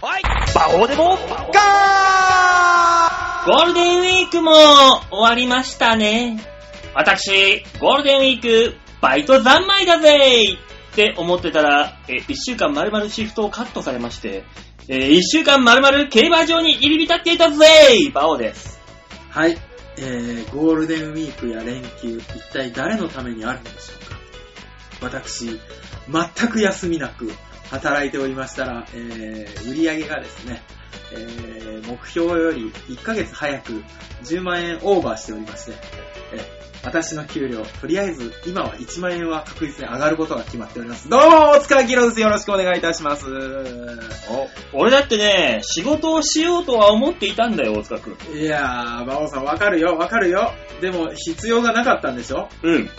どうでもガーゴールデンウィークも終わりましたね。私、ゴールデンウィーク、バイト三昧だぜって思ってたら、え、一週間丸々シフトをカットされまして、えー、一週間丸々競馬場に入り浸っていたぜバオです。はい。えー、ゴールデンウィークや連休、一体誰のためにあるんでしょうか私、全く休みなく働いておりましたら、えー、売り上げがですね、えー、目標より1ヶ月早く10万円オーバーしておりまして、えー私の給料、とりあえず今は1万円は確実に上がることが決まっております。どうも、大塚明です。よろしくお願いいたします。お、俺だってね、仕事をしようとは思っていたんだよ、大塚くん。いやー、馬王さんわかるよ、わかるよ。でも、必要がなかったんでしょうん。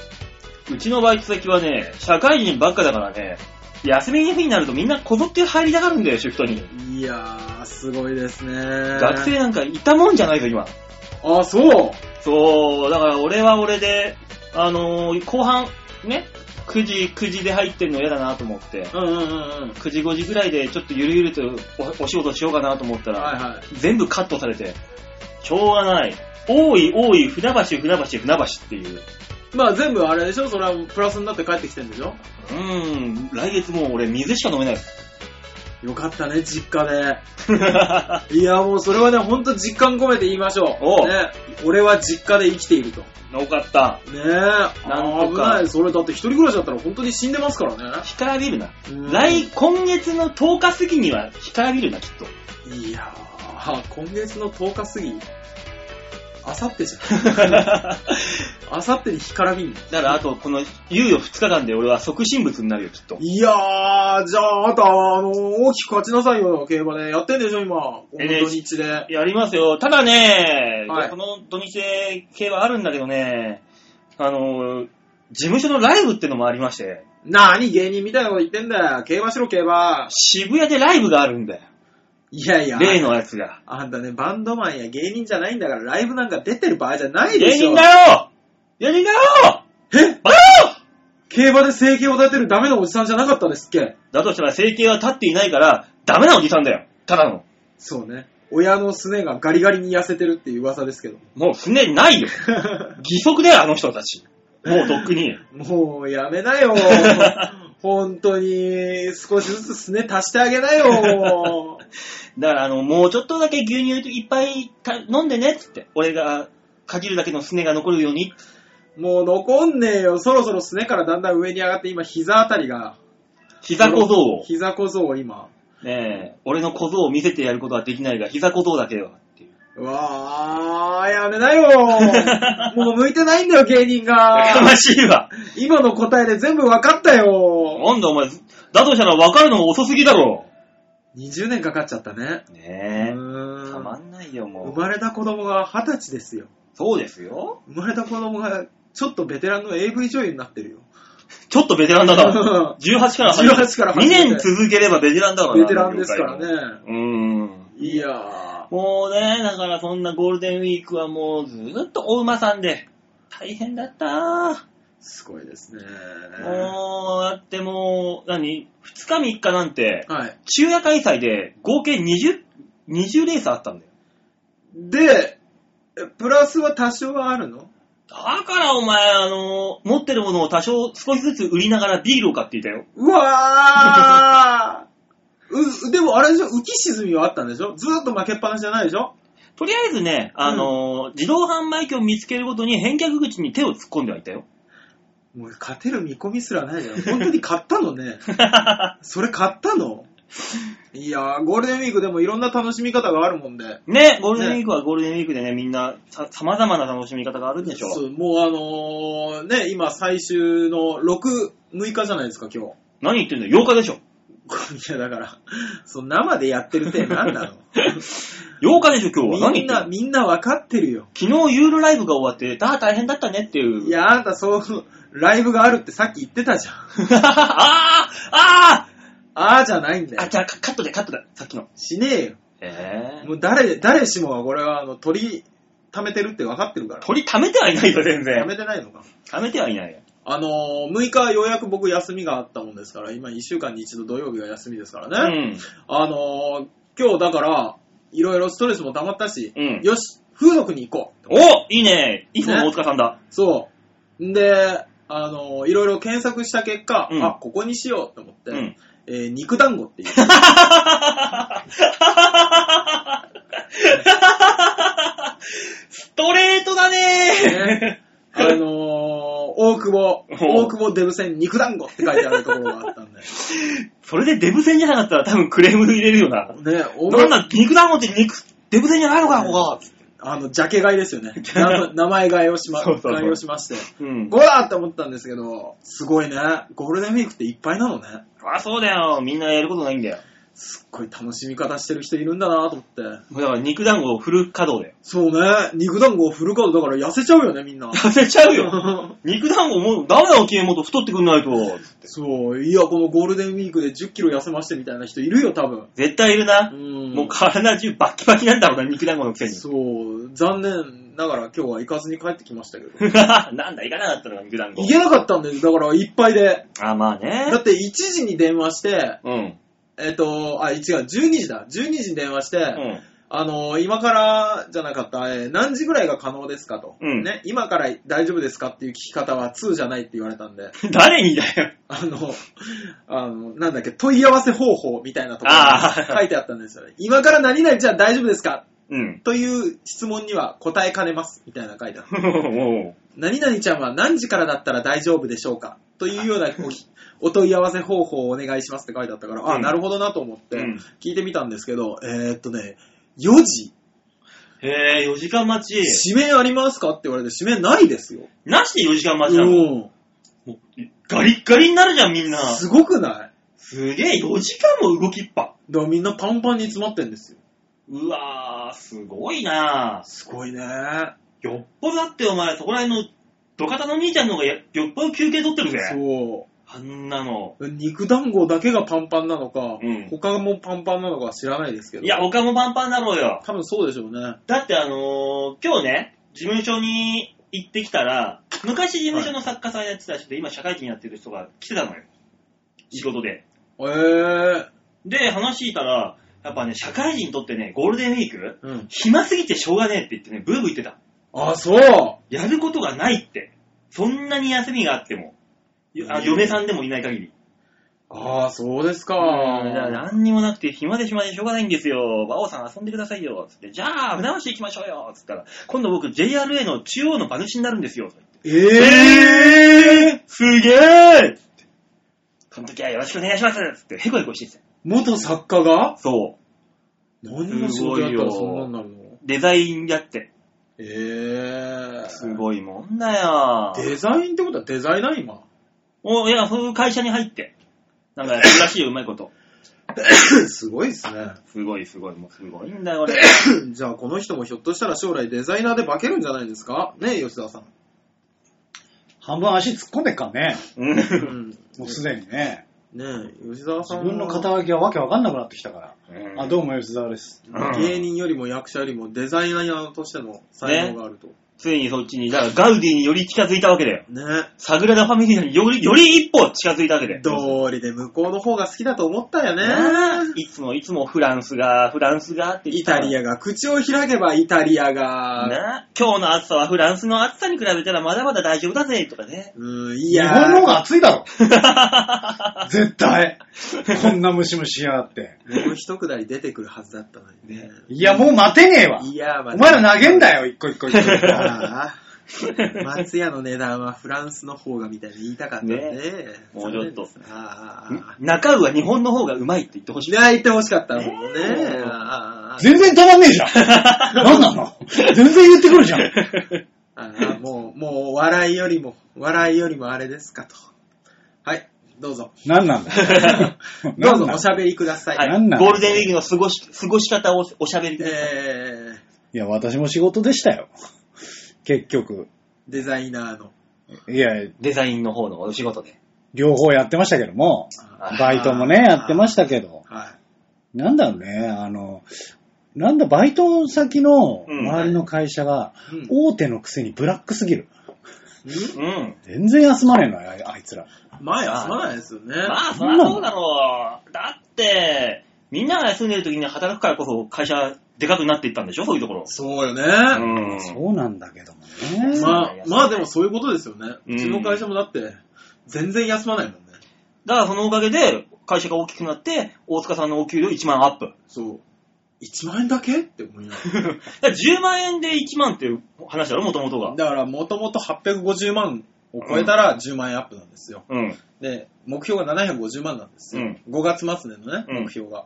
うちのバイト先はね、社会人ばっかだからね、休みの日になるとみんなこぞって入りたがるんだよ、シフトに。いやー、すごいですね。学生なんかいたもんじゃないぞ、今。あ、そう。そう、だから俺は俺で、あのー後半、ね、9時、9時で入ってんの嫌だなと思って、うんうんうんうん。 9時5時ぐらいでちょっとゆるゆるとおお仕事しようかなと思ったら、はいはい。全部カットされて、しょうがない。多い多い、船橋、船橋、船橋っていう。まあ全部あれでしょそれはプラスになって帰ってきてんでしょうーん、来月もう俺水しか飲めないです。よかったね、実家で。いや、もうそれはね、ほんと実感込めて言いましょう。おうね、俺は実家で生きていると。ねよかった。え。なんとか危ない。それだって一人暮らしだったら本当に死んでますからね。干からびるな。うん来、今月の10日過ぎには干からびるな、きっ と。いやー、今月の10日過ぎ。あさってじゃん。あさってに干からびんの。だからあと、この、猶予2日間で俺は即身仏になるよ、きっと。いやー、じゃあ、あとは、あのー大きく勝ちなさいよ、競馬で。やってんでしょ、今。この土日で。やりますよ。ただね、はいこの土日で系はあるんだけどね、あの、事務所のライブってのもありまして、なーに、芸人みたいなこと言ってんだよ。競馬しろ、競馬。渋谷でライブがあるんだよ。いやいや。例のやつが。あんたね、バンドマンや芸人じゃないんだから、ライブなんか出てる場合じゃないで芸しょ。人だよ芸人だよえバカ野郎競馬で生計を立てるダメなおじさんじゃなかったですっけだとしたら整形は立っていないから、ダメなおじさんだよ。ただの。そうね。親のすねがガリガリに痩せてるっていう噂ですけ ど。もうすねないよ。義足だよ、あの人たち。もうとっくに。もう、やめ なよ。本当に、少しずつすね足してあげなよ。だから、あの、もうちょっとだけ牛乳いっぱいた飲んでね、つって。俺が、かじるだけのすねが残るように。もう残んねえよ。そろそろすねからだんだん上に上がって、今膝あたりが。膝小僧を。膝小僧を今。ねえ、俺の小僧を見せてやることはできないが、膝小僧だけは。っていう。うわあ、やめ なよ。もう向いてないんだよ、芸人やかが。ましいわ。今の答えで全部分かったよ。なんだお前、だとしたら分かるのが遅すぎだろ。 20年かかっちゃったね。うねえ、たーまん。んないよ、も生う。まれた子供が20歳ですよ。そうですよ。生まれた子供がちょっとベテランの AV 女優になって るよ。ちょっとベテランだから。18から始め18から2始めて年続ければベテランだからなベテランですから。ね。この業界もうん。いやもうね、だからそんなゴールデンウィークはもうずーっとお馬さんで、大変だったー、すごいですね。ー。もう、だってもう、何 ?2 日3日なんて、はい。昼夜開催で合計20、20レースあったんだよ。で、えプラスは多少はあるのだからお前、あの、持ってるものを多少少しずつ売りながらビールを買っていたよ。うわーう、でもあれでしょ浮き沈みはあったんでしょずーっと負けっぱなしじゃないでしょとりあえずね、あの、自動販売機を見つけるごとに返却口に手を突っ込んではいた よ。もう勝てる見込みすらないじゃん。本当に買ったの ね。それ買ったのいやー、ゴールデンウィークでもいろんな楽しみ方があるもんで。ね、ゴールデンウィークはゴールデンウィークでね、みんなさ、様々な楽しみ方があるんでしょそうもうあのー、ね、今最終の6、6日じゃないですか、今何言ってんだよ、8日でしょ。日。いや、だから、その生でやってるって何なの 8日でしょ、今日は。み何ん言っな、てんのみんなわかってるよ。昨日ユーロライブが終わって、ああ、大変だったねっていう。い や、あんたそう、ライブがあるってさっき言ってたじゃん。ああああーじゃないんだああ、よ。じゃあカカットでカットだ、さっきの。しねえよ。ええもう誰、誰しもがこれは、あの、鳥、溜めてるって分かってるから。鳥 溜めてはいないよ、全溜然。めてないのか。溜めてはいないよ。あのー、6日ようやく僕休みがあったもんですから、今1週間に一度土曜日が休みですからうね。ん。あのー、今日だから、いろいろストレスも溜まったし、うんよし、風俗に行こう。おいいねイフの大塚さんだ。そう。んで、あの、いろいろ検索した結果、うんあ、ここにしようと思って、うん。えー肉団子っていう。ストレートだねねあのー、大久保、大久保デブ戦肉団子って書いてあるところがあったんだよ。 それでデブ戦じゃなかったら多分クレーム入れるよな。 ね、おどんな肉団子って肉、デブ戦じゃないのか、ここは。あの、ジャケ買いですよ ね。な名前買いをしま、そうそうそう買いをしまして。うん。ゴラーって思ったんですけど、すごいね。ゴールデンウィークっていっぱいなのね。あ、そうだよ。みんなやることないんだよ。すっごい楽しみ方してる人いるんだなと思って。もうだから肉団子をフル稼働だよ。そうね。肉団子をフルカードだから痩せちゃうよね、み んな。痩せちゃうよ。肉団子もうダメだよ、君もっと太ってくんないと。そう。いや、このゴールデンウィークで10キロ痩せましてみたいな人いるよ、多分。絶対いるな。んもう体中バッキバキなんだろうな、肉団子のくせに。そう。残念ながら今日は行かずに帰ってきましたけど。 なんだ、行かなかったのか、肉団子行。けなかったんです。だから、いっぱいで。あ、まあねだ。って、1時に電話して、うん。えっ、と、あ、違う、12時だ。12時に電話して、うん。あの、今からじゃなかった、えー何時ぐらいが可能ですかと、うんね。今から大丈夫ですかっていう聞き方は2じゃないって言われたんで、誰にだよ。あの、あの、なんだっけ、問い合わせ方法みたいなとこあろーに書いてあったんですよね。今から何々じゃ大丈夫ですかうん。という質問には答えかねますみたいな書いてあった。おう何々ちゃんは何時からだったら大丈夫でしょうかとい うようなおきお問い合わせ方法をお願いしますって書いてあったから、うあ、んなるほどなと思ってうん聞いてみたんですけど、えーっとね、4時、へえ、4時間待ち。指名ありますかって言われて、指名ないですよ。なしで4時間待ちなの。うん。もうガリッガリになるじゃん、みんな。すごくないすげえ、4時間も動きっぱ。だからみんなパンパンに詰まってんですよ。うわー、すごいなすごいね。そよっぽどだってお前、そこら辺の土方の兄ちゃんの方がやよっぽど休憩取ってるぜ。う。あんなの。肉団子だけがパンパンなのか、うん他もパンパンなのかは知らないですけど。いや、、他もパンパンだろうよ。多分そうでしょうね。だってあのー今日ね、事務所に行ってきたら、昔事務所の作家さんやってた人で、今社会人やってる人が来てたのよ。仕事で。えー。で、話聞いたら、やっぱね、社会人にとってね、ゴールデンウィーク、うん。暇すぎてしょうがねえって言ってね、ブーブー言ってた。あ、そう。やることがないって。そんなに休みがあっても。よあうん嫁さんでもいない限り。ああ、そうですか。うんじゃあ何にもなくて、暇で暇でしょうがないんですよ。馬王さん遊んでくださいよ。つって、じゃあ、船橋行きましょうよ。つったら、今度僕 JRA の中央の馬主になるんですよ。えええすげえその時はよろしくお願いしますつって、ヘコヘコしてきて。元作家がそう。何の仕事やったらそんなんなるのデザインやって。ええすごいもんだよ。デザインってことはデザイナー今。おいや、そういう会社に入って。なんかやってるらしいよ、うまいこと。 すごいですね。すごいすごい、もうすごいんだよ、俺。じゃあこの人もひょっとしたら将来デザイナーで化けるんじゃないですかねえ、吉田さん。半分足突っ込んでっからね。うんもうすでにね。ねえ、吉沢さ自んは分の肩書きがわけわかんなくなってきたかうんら。あ、どうも吉沢です。うん芸人よりも役者よりもデザイナーとしての才能があると。ついにそっちに、だからガウディにより近づいたわけだよ。ねサグラダ・ファミリアにより、より一歩近づいたわけだえ。よ。道理で向こうの方が好きだと思ったよなあね。いつもいつもフランスが、フランスがって言っイてたタのリアが、口を開けばイタリアが、なあ今日の暑さはフランスの暑さに比べたらまだまだ大丈夫だぜ、とか ね。うん、い日や本の方が暑いだろ 絶対こんなムシムシやがって。もう一くだり出てくるはずだったのにね。いや、もう待てねえわいや、まお前ら投げんよ。だよ、一個一個一個。ああ松屋の値段はフランスの方がみたいに言いたかったんで、ねもうちょっと残念ですああ。中は日本の方がうまいって言ってほしい。泣いてほしかったもんね。ねああああ全然止まんねえじ ゃん。なんなの全然言ってくるじ ゃん。ああもう、もう、笑いよりも、笑いよりもあれですかと。はい、どうぞ。なんなんだなどうんぞ、なんおしゃべりください。はいなんなのゴールデンウィークの過ごし、過ごし方をおしゃべりくださいえー、いや、私も仕事でしたよ。結局。デザイナーの。いや、デザインの方のお仕事で。両方やってましたけども、あバイトもね、やってましたけど。はなんだろうね、あの、なんだ、バイト先のうん周りの会社がい。うん。大手のくせにブラックすぎる。んうん。全然休まねえのよ、あいあいつら。前は済まないですよね。まあ、そりゃそうだろう。だって、みんなが休んでる時に働くからこそ会社でかくなっていったんでしょそういうところ。そうよね。うん。そうなんだけどもんね。まあ、まあでもそういうことですよね。うんうちの会社もだって、全然休まないもんね。だからそのおかげで会社が大きくなって、大塚さんのお給料1万アップ。 そう。1万円だけって思いながだから10万円で1万っていう話だろ、もともとら。が。だから、もともと850万を超えたら10万円アップなんですよ。うん。で、目標が750万なんですよ。う5月末でのね、うん目標が。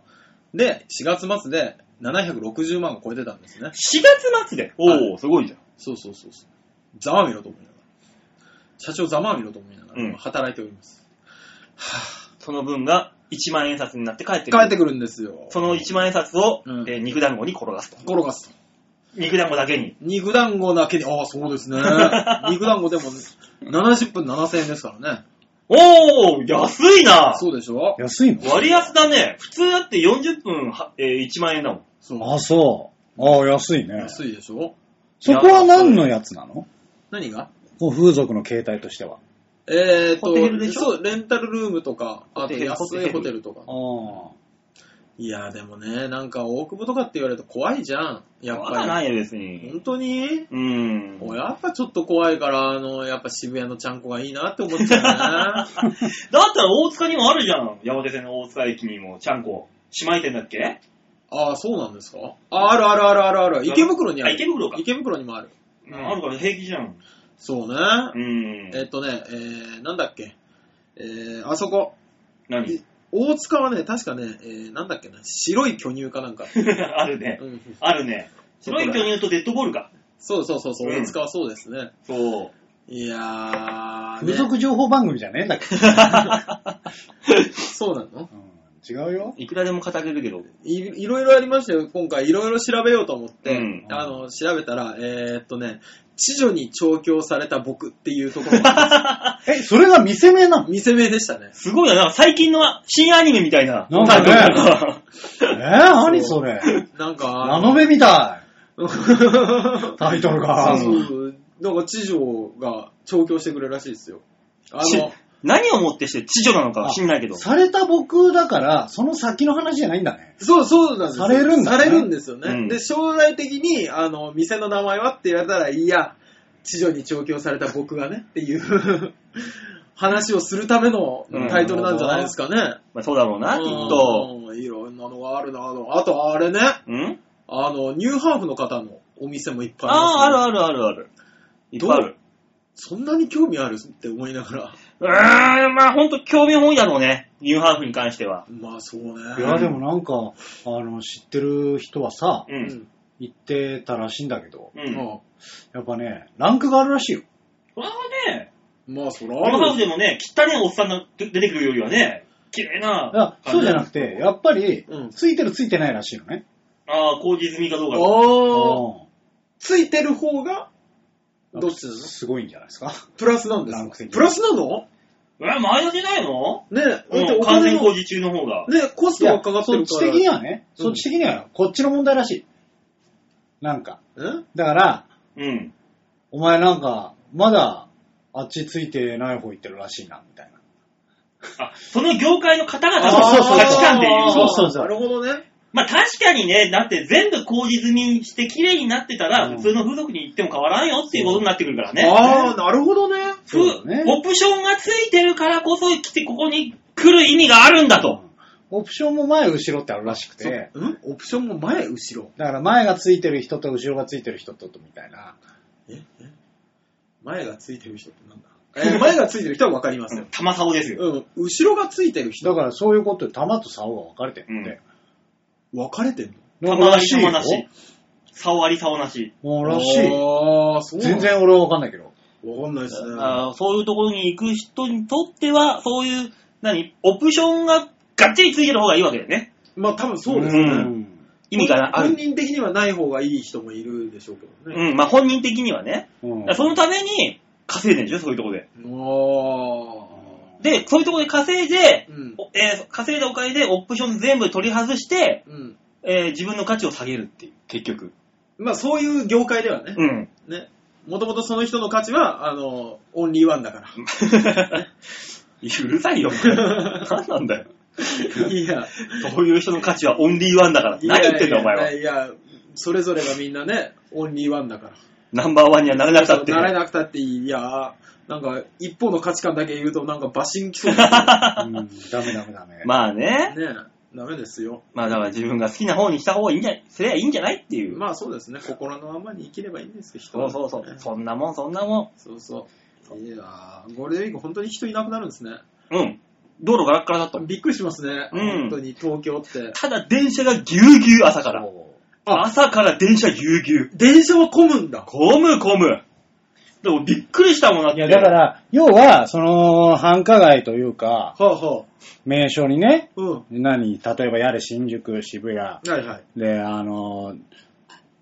で、4月末で760万を超えてたんですね4。月末で。おお、すごいじゃん。そうそうそうそう。ざまみろと思いながら。社長ざまみろと思いながうんら、働いております。その分が1万円札になって帰ってくる。帰ってくるんですよ。その1万円札を、うんえー肉団子に転がすと。転がすと。肉団子だけに。肉団子だけに、ああ、そ うですね。肉団子でも70分7000円ですからね。おお、安いなそうでしょ安いの割安だね。普通だって40分は、えー1万円だもん。そう。あ、そう。ああ、安いね。安いでしょそこは何のやつなの何がこう風俗の形態としては。えーっホテルでと、しょそう、レンタルルームとか、ホあとテル安いホテルとか。ああ。いや、でもね、なんか大久保とかって言われると怖いじゃん。やっわかんぱないよ、別り。に。本当にうん。もうやっぱちょっと怖いから、あの、やっぱ渋谷のちゃんこがいいなって思っちゃう ね。だったら大塚にもあるじゃん。山手線の大塚駅にも、ちゃんこ。姉妹店だっけああ、そうなんですかあ、あるあるあるあるある。池袋にああ、る。池袋か。池袋にもある。うんあるから平気じゃん。そうね。うん。えっとね、えー、なんだっけ、えー、あそこ、何大塚はね、確かね、えー、なんだっけな、白い巨乳かなんか。 あるねう。ん、あるね。白い巨乳とデッドボールか。そうそうそうそう、うん大塚はそうですね。そう。いやー、ね風俗情報番組じゃねえんだっけど。そうなのうん違うよ。いくらでも語れるけど。いいろいろありましたよ、今回。いろいろ調べようと思って、うんあの、調べたら、えー、っとね、知女に調教された僕っていうところがえ、それが見せ名な の見せ目でしたね。すごいな、なんか最近の新アニメみたいな。なんかねタイトルだなえー、何それ。なんか、ラノベみた い。タイトルそが。うそうそう。なんか、知女が調教してくれるらしいですよ。あちの、何をもってして知女なのかは知んないけど。された僕だから、その先の話じゃないんだね。そう、そうなんですよされるんだねされるんですよね。うんで、将来的に、あの、店の名前はって言われたら、いや、地上に調教された僕がねっていう 話をするためのタイトルなんじゃないですかね。まあ、そうだろうな、きっと。うん。いろんなのがあるな。あのあと、あれね、うんあの、ニューハーフの方のお店もいっぱいああ、あるりますねあるあるある。いっぱいある。そんなに興味あるって思いながら。うーん、まあほんと興味本位だろうね。ニューハーフに関しては。まあ、そうね。いや、でもなんか、あの、知ってる人はさ、う。うんん。行ってたらしいんだけど、うん。まあやっぱね、ランクがあるらしいよ。これはね、まあ、そらニューハーあフでる。もね、汚ねおっさんが出てくるよりはね、綺麗だなか感らそうじゃなくて、やっぱり、うんついてるついてないらしいのね。ああ、工事済みかどうか。ああ、うんついてる方が、どっちなのすごいんじゃないで すか。プラスなんでラすンクか的にプラスなのえ、マイナスじゃないのね、だってうん、お完金全工も、ね、事中の方が。コスいトやがかかってそっるかちら。的にはね、うんそっち的には、こっちの問題らしい。なんか。えだから、うん。お前なんか、まだ、あっちついてない方行ってるらしいな、みたいな。あ、その業界の方々あーのそうそう価値観で言うそうと。そうそうなるほどね。まあ確かにね、だって全部工事済みにして綺麗になってたら、うん普通の風俗に行っても変わらんよっていうことになってくるからね。ああ、なるほどね。ふそうだねオプションがついてるからこそ来て、ここに来る意味があるんだと。オプションも前、後ろってあるらしくて、うんオプションも前、後ろ。だから前がついてる人と後ろがついてる人と、みたいな。ええ前がついてる人ってなんだ、えー前がついてる人はわかりますよ。玉竿ですよ。うん。後ろがついてる人だからそういうことで玉と竿が分かれてるって。分かれてんの玉なんからあらりしいよ竿なし。竿あり竿なし。もうらしい。ああ、そうな全の。然俺は分かんないけど。わかんないですね。あーそういうところに行く人にとっては、そういう、何、オプションががっちりついてる方がいいわけだよね。まあ多分そうですね。うん意味があ本る。人的にはない方がいい人もいるでしょうけどね。うん、まあ本人的にはね。うんだからそのために稼いでるんでしょ、そういうところで。ああ。で、そういうところで稼いで、うん。おえー稼いだお金でオプション全部取り外して、うん。えー自分の価値を下げるっていう。結局。まあそういう業界ではね。うん。 ね。もともとその人の価値は、あの、オンリーワンだから。うるさいよ、お前何なんだよ。 いや、そういう人の価値はオンリーワンだから。 何言ってんだお前は。いや、いやそれぞれがみんなね、オンリーワンだから。ナンバーワンにはなれなくたって。慣れなくたっていい。いや、なんか、一方の価値観だけ言うと、なんかバシンきそうだうん、ダメダメ ダメ。まあねけ。どね。 ダメですよ。まあだから自分が好きな方にした方がいいんじゃ、すりゃいいんじゃないっていう。まあそうですね、心のままに生きればいいんですけど、人そはうそうそう。ねそんなもん、そんなもそうそう。いやー、ゴールデンウィーク本当に人いなくなるんですね。ん。うん。道路ガラッガラだったもん。びっくりしますね。うん本当に東京って。ただ電車がぎゅうぎゅう朝から。あ朝から電車ぎゅうぎゅう。電車は混むんだ。混む混む。でもびっくりしたもんなっいて。や、だか。ら、要は、その、繁華街というか、はあはあ。名所にね、うん。何、例えばやれ新宿、渋谷、はいはい。で、あの、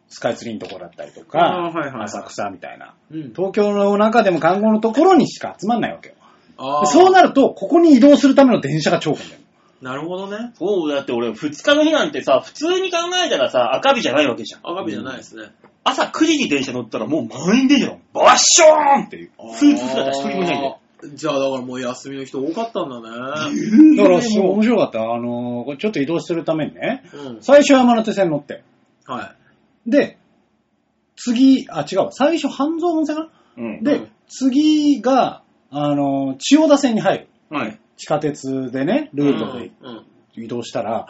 スカイツリーのとこだったりとあかーはいはいはい、浅草みたいな。うん。東京の中でも観光のところにしか集まんないわけよ。あーでそうなると、ここに移動するための電車が超混んでる。なるほどね。そう、だって俺、二日の日なんてさ、普通に考えたらさ、赤日じゃないわけじゃん。赤身じゃないですね。朝9時に電車乗ったらもう満員電車だもん。バッショーンっていう。スーツ姿一人もいないんだよ。あーじゃあだからもう休みの人多かったんだね。だから、すごいもう面白かった。あの、これちょっと移動するためにね、うん。最初山手線乗って、はい。で、次、あ、違うわ、最初半蔵門線かなうん。で、うん次が、あの、千代田線に入る。はい。地下鉄でね、ルートでうん。うん移動したら、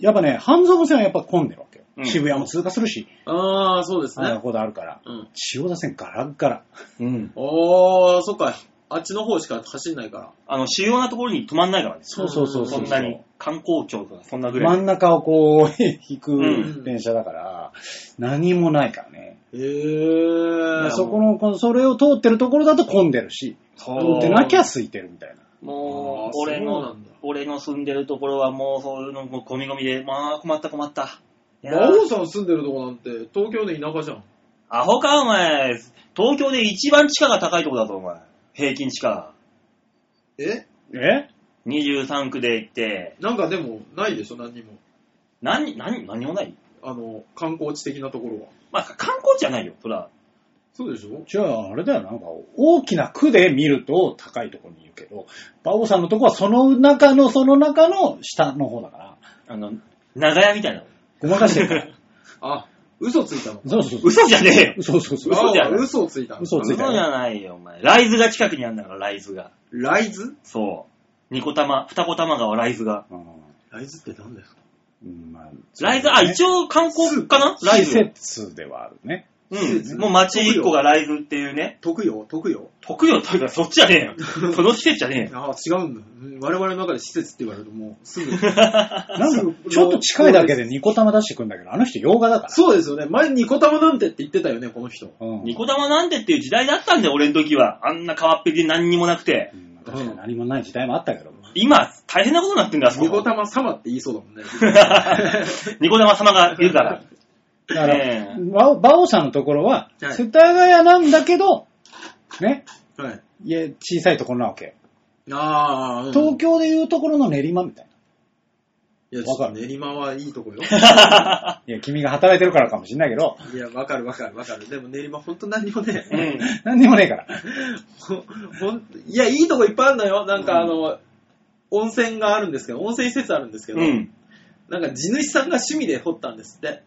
やっぱね、半蔵門線はやっぱ混んでるわけよ。うん渋谷も通過するし、ああ、そうですあんなね。ことあるから。うん。千代田線ガラッガラ。うん。おー、そっか。あっちの方しか走んないから。あの、主要なところに止まんないからね。そうそうそうそそんう。なに。観光庁とかそんなぐら真い。ん中をこう、 引くん電車だから、何もないからね。へー。そこの、このそれを通ってるところだと混んでるし、そ通ってなきゃ空いてるみたいな。もあーう、俺そうなのんだ、俺の住んでるところはもうそういうのもゴミゴミで、まあ困った困った。いやー馬王さん住んでるとこなんて、東京で田舎じゃん。アホかお前。東京で一番地価が高いとこだぞお前。平均地価。ええ23区で行って、なんかでも、ないでしょ、何にも。何、何、何もないあの、観光地的なところは。まあ観光地じゃないよ、そら。そうでしょじゃあ、あれだよ、なんか、大きな区で見ると高いところにいるけど、馬王さんのとこはその中の、その中の下の方だから、あの、長屋みたいな。ごまかしてるから。あ、嘘ついたの。そうそうそう。 嘘じゃねえよそうそうそう。嘘じゃんあ嘘をついたの。嘘を嘘ついじたよゃないよ、お前。ライズが近くにあるんだから、ライズが。ライズそう。二子玉、二子玉川ライズが。ライズって何ですかうんまあライズ、あ、一応観光かなライ施ズ。設ではあるね。うん。もう町一個がライズっていうね。得よ、得よ。特養というか、そっちじゃねえ よ。その施設じゃねああ、違うんだ。うん我々の中で施設って言われるともうすぐ。なんか、ちょっと近いだけでニコ玉出してくんだけど、あの人洋画だか ら。そうですよね。前ニコ玉なんてって言ってたよね、この人。うえよ。んニコ玉なんてっていう時代だったんだよ、俺の時は。あんな川っぺりで何にもなくて。うん確かに何もない時代もあったけど。今、大変なことになってんだよ、あそこニコ玉様って言いそうだも んね。 ニコ玉様がいる から。だかえら、バオバオさんのところは、はい世田谷なんだけど、ね、はい。いや小さいところなわけ。ああ、うん東京でいうところの練馬みたいな。いや、ちょっわとか練馬はいいとこよ。いや、君が働いてるからかもしんないけど、いや、わかるわかるわかる。でも練馬ほんと何にもね、うん。なんにもねえから。ほほんいや、いいとこいっぱいあるのよ。なんかあの、温泉があるんですけど、温泉施設あるんですけど、うん。なんか地主さんが趣味で掘ったんですって。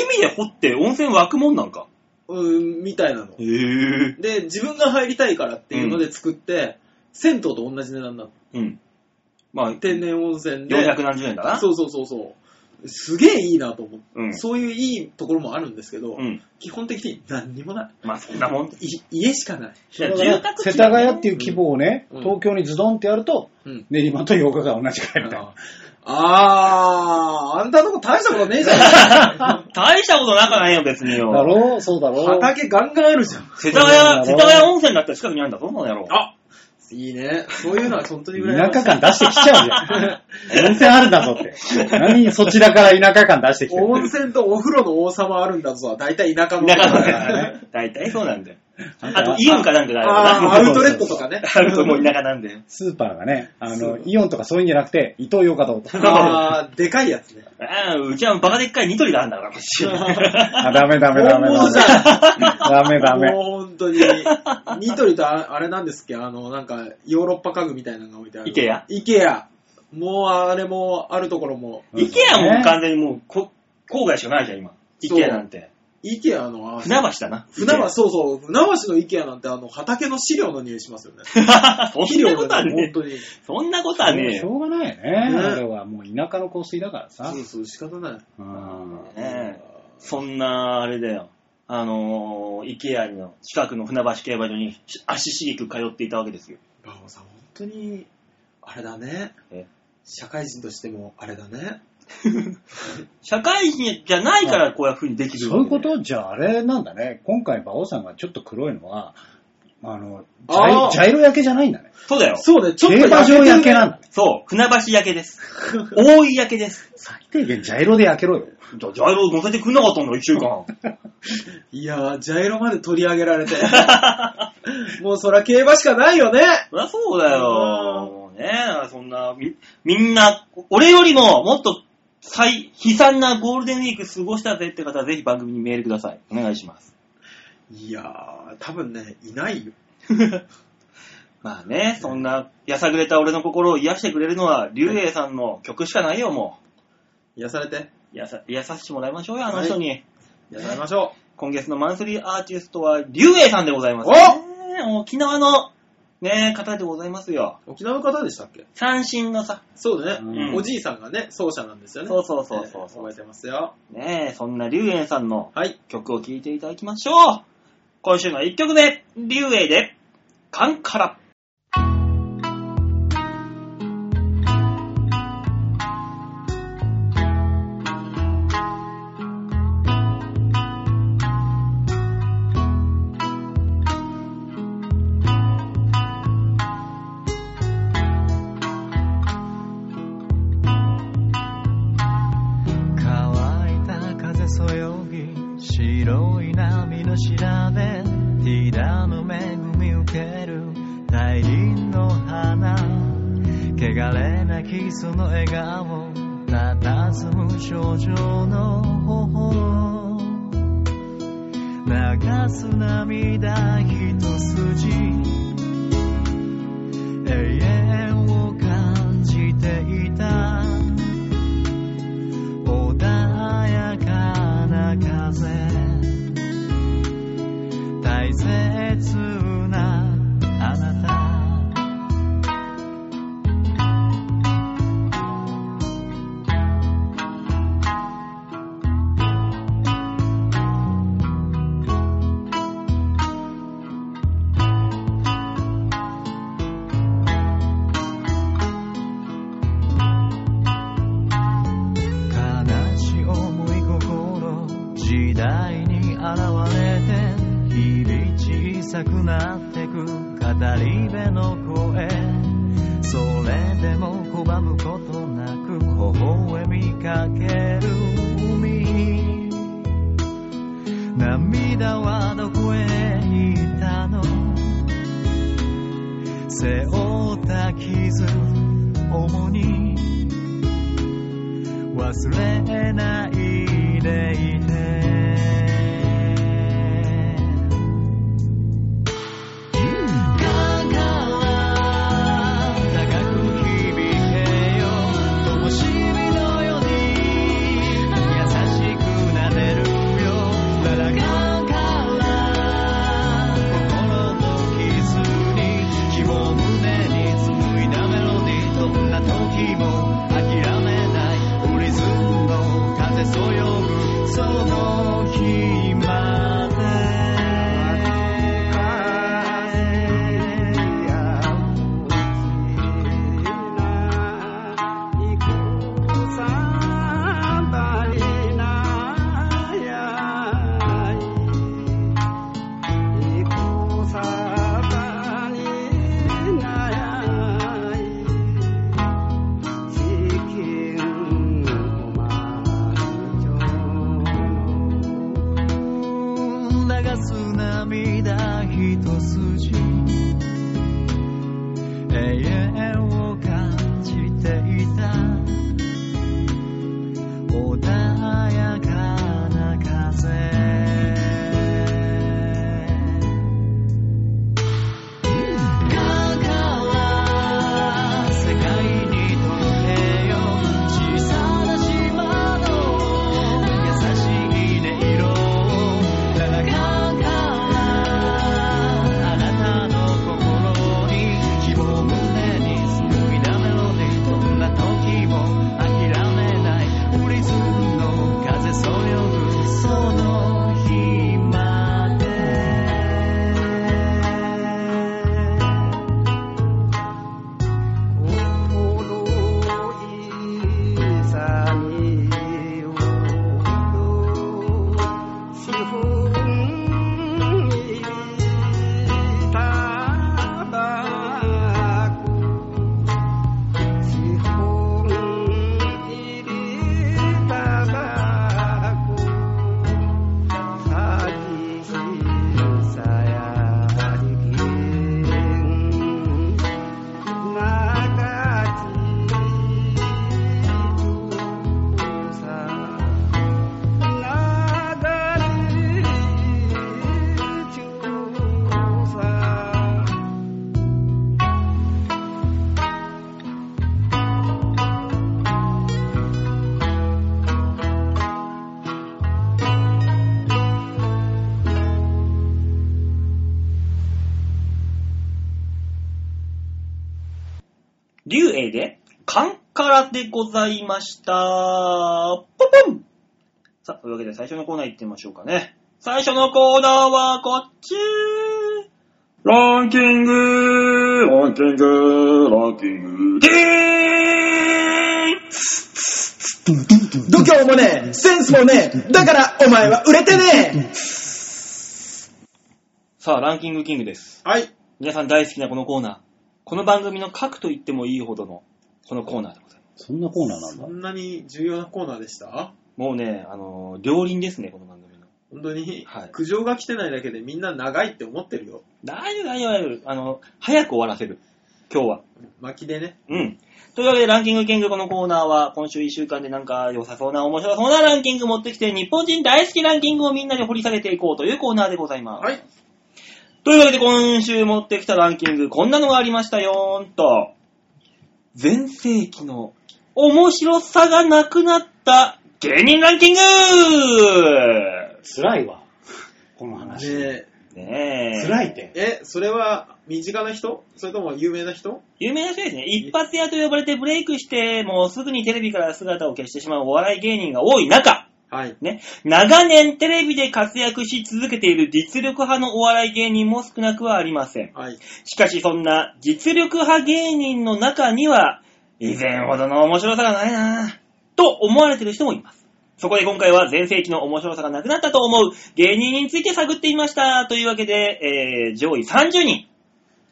趣味で掘って温泉湧くもんなんか。うん、みたいなのへ。え。で、自分が入りたいからっていうので作って、銭湯と同じ値段なの。うん。まあ、天然温泉で。 400何十円だな。そうそうそうそう。すげえいいなと思って、うんそういういいところもあるんですけど、うん。基本的に何にもなまあ、そんなもん。い。い家しかない。いや住宅地世田谷っていう規模をね、うん東京にズドンってやると、うん。練馬と洋画が同じくらいみたいな。ああー、あんたのとこ大したことねえ じゃん。大したことなくないよ、別にだよ。ろうそうだろう。畑ガンガンあるじゃん。世田谷、そ世うだろう田谷温泉だったら近くにあるんだぞ、その野郎。あいいね。そういうのは本当に羨ましい田舎感出してきちゃうじゃん。温泉あるんだぞって。何そちらから田舎感出してきてる温泉とお風呂の王様あるんだぞ。大体田舎の。田舎のだからね大体そうなんだよ。ああと、イオンかなんかだよあな。あ、アウトレットとかね。 あるともう田舎なんだよ。スーパーがね、あそうの、イオンとかそういうんじゃなくて、伊東洋華堂とか。ああ、でかいやつね。ああ、うちはバカでっかいニトリがあるんだから、こっちあ、ダメダメダ本メダ物メじ。ゃんダメダメ。もう本当に。ニトリとああれなんですっけあの、なんか、ヨーロッパ家具みたいなのが置いてある。イケアイケア。もうあれもあるところも、うんイケアもう完全にもう、こ郊外しかないじゃん、今。イそうケアなんて。イケアの、あ船橋だな。船橋、そうそう、船橋のイケアなんてあの畑の資料の匂いしますよね。橋。そんなことは肥料がね本当に。え。そんなことはねえしよ。ょうがないよね。あれはもう田舎の香水だからさそ。うそう、仕方ない。うんねえそんな、あれだよ。あのー、イケアの近くの船橋競馬場に足しげく通っていたわけですよ。バオさん、本当に、あれだねえ。社会人としても、あれだね。社会人じゃないからこういう風にできるそういうこわとじゃああれなんだね。今回馬王さんがちょっと黒いのは、あの、ジあャーイジャイロ焼けじゃないんだね。けそうだよ。そうね、ちょっと競馬場焼けなんんだね。そう、船橋焼け です。大井焼けです。最低限ジャイロで焼けろよ。じゃあ、ジャイロ乗せてくんなかったんだ、一週間。いやー、ジャイロまで取り上げられて。 もうそりゃ競馬しかないよね。そりゃそうだよ。もうねそんな、み、みんな、俺よりももっと最、悲惨なゴールデンウィーク過ごしたぜって方はぜひ番組にメールください。お願いします。いやー、多分ね、いないよ。まあね、そんな、やさぐれた俺の心を癒してくれるのは、竜英さんの曲しかないよ、も癒されて、う。やさ、癒させてもらいましょうよ、あの人に。癒されましょ今月のマンスリーアーティストは、竜英さんでございます。おね沖縄の、ね方でございますよ。う。沖縄の方でしたっけ三振のさ、そうね、うんおじいさんがね、奏者なんですよね。そうそうそうそうそうえー覚えてますよ。ねそんな竜英さんのはい。曲を聴いていただきましょう今週の1曲目、リュウエイで、カンカラ。乾いた風そよぎ白い波の調べティラの恵み受ける大輪の花汚れなきその笑顔佇む少女の頬流す涙一筋永遠を感じていた穏やかな風大切なあなた悲しい思い心時代に現れて日々小さくなってく語り部の声それでも拒むことなく微笑みかける海涙はどこへ行ったの背負った傷重に忘れないでいて「かから高く響けよ」「灯しみのように優しくなれるよ」「だらかから心と傷に紐を胸に紡いだメロディー」「どんな時も諦めない」「リズムの風そよぐその竜英で、カンカラでございました。ポンポンさあ、というわけで最初のコーナー行ってみましょうかね。最初のコーナーはこっちランキングランキングランキングでー度胸もねえ、センスもねえ、だからお前は売れてねえさあ、ランキングキングです。はい。皆さん大好きなこのコーナー。この番組の核と言ってもいいほどの、このコーナーでございます。そんなコーナーなんだそ。んなに重要なコーナーでしたもうね、あのー両輪ですね、この番組の。本当に、はい苦情が来てないだけでみんな長いって思ってるよ。大丈夫、大丈夫、大丈夫。あの、早く終わらせる。今日は。巻きでね。うん。というわけで、ランキングキングこのコーナーは、今週1週間でなんか良さそうな、面白そうなランキング持ってきて、日本人大好きランキングをみんなで掘り下げていこうというコーナーでございます。はい。というわけで、今週持ってきたランキング、こんなのがありましたよーんと。全盛期の面白さがなくなった芸人ランキング辛いわ。この話。で、ねえ。辛いって。え、それは身近な人それとも有名な人有名な人ですね。一発屋と呼ばれてブレイクして、もうすぐにテレビから姿を消してしまうお笑い芸人が多い中、はい。ね、長年テレビで活躍し続けている実力派のお笑い芸人も少なくはありません。はい。しかしそんな実力派芸人の中には、以前ほどの面白さがないなぁ、と思われている人もいます。そこで今回は全盛期の面白さがなくなったと思う芸人について探ってみました。というわけで、えー、上位30人。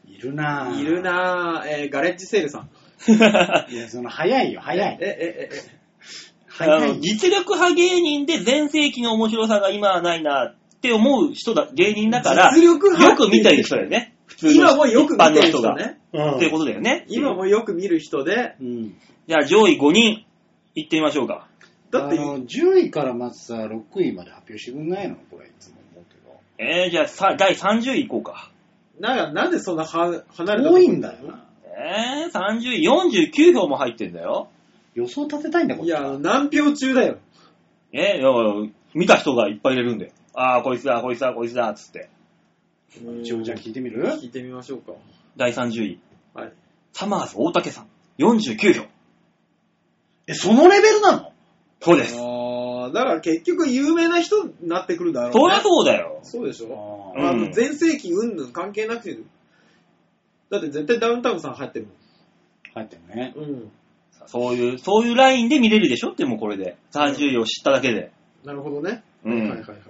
いるなぁ。いるなぁ、えーガレッジセールさん。いや、その、早いよ、早え、い。え、え、え、 あ早のい。実力派芸人で全盛期の面白さが今はないなって思う人だ、芸人だから、実力派よく見てる人だよね。普通の今もよく見てる人一般のが。ね。うんっていうことだよね。今もよく見る人で、うん。じゃあ上位5人、行ってみましょうか。だってあの、10位からまずさ、6位まで発表してくんないのこれ、いつも思うけど。えー、じゃあさ第30位行こうか。なんか、なんでそんなは離れたとこ多いんだよな。えー、30位、49票も入ってんだよ。予想立てたいんだ、こっいちや、はあの何票中だよ。えー、いや見た人がいっぱいいれるんだよ。あー、こいつだ、こいつだ、こいつだ、つって。一応じゃあ聞いてみる聞いてみましょうか。第30位、はい。サマーズ大竹さん、49票。え、そのレベルなのそうです。あーだから結局有名な人になってくるだろう、ね。そりゃそうだよ。そうでしょ。うんあの、全盛期うんぬん関係なくて、だって絶対ダウンタウンさん入ってる入ってるね。もん。うん。そういう、そういうラインで見れるでしょってもうこれで。30位を知っただけで。なるほどね。うんはいはいはいはいはい。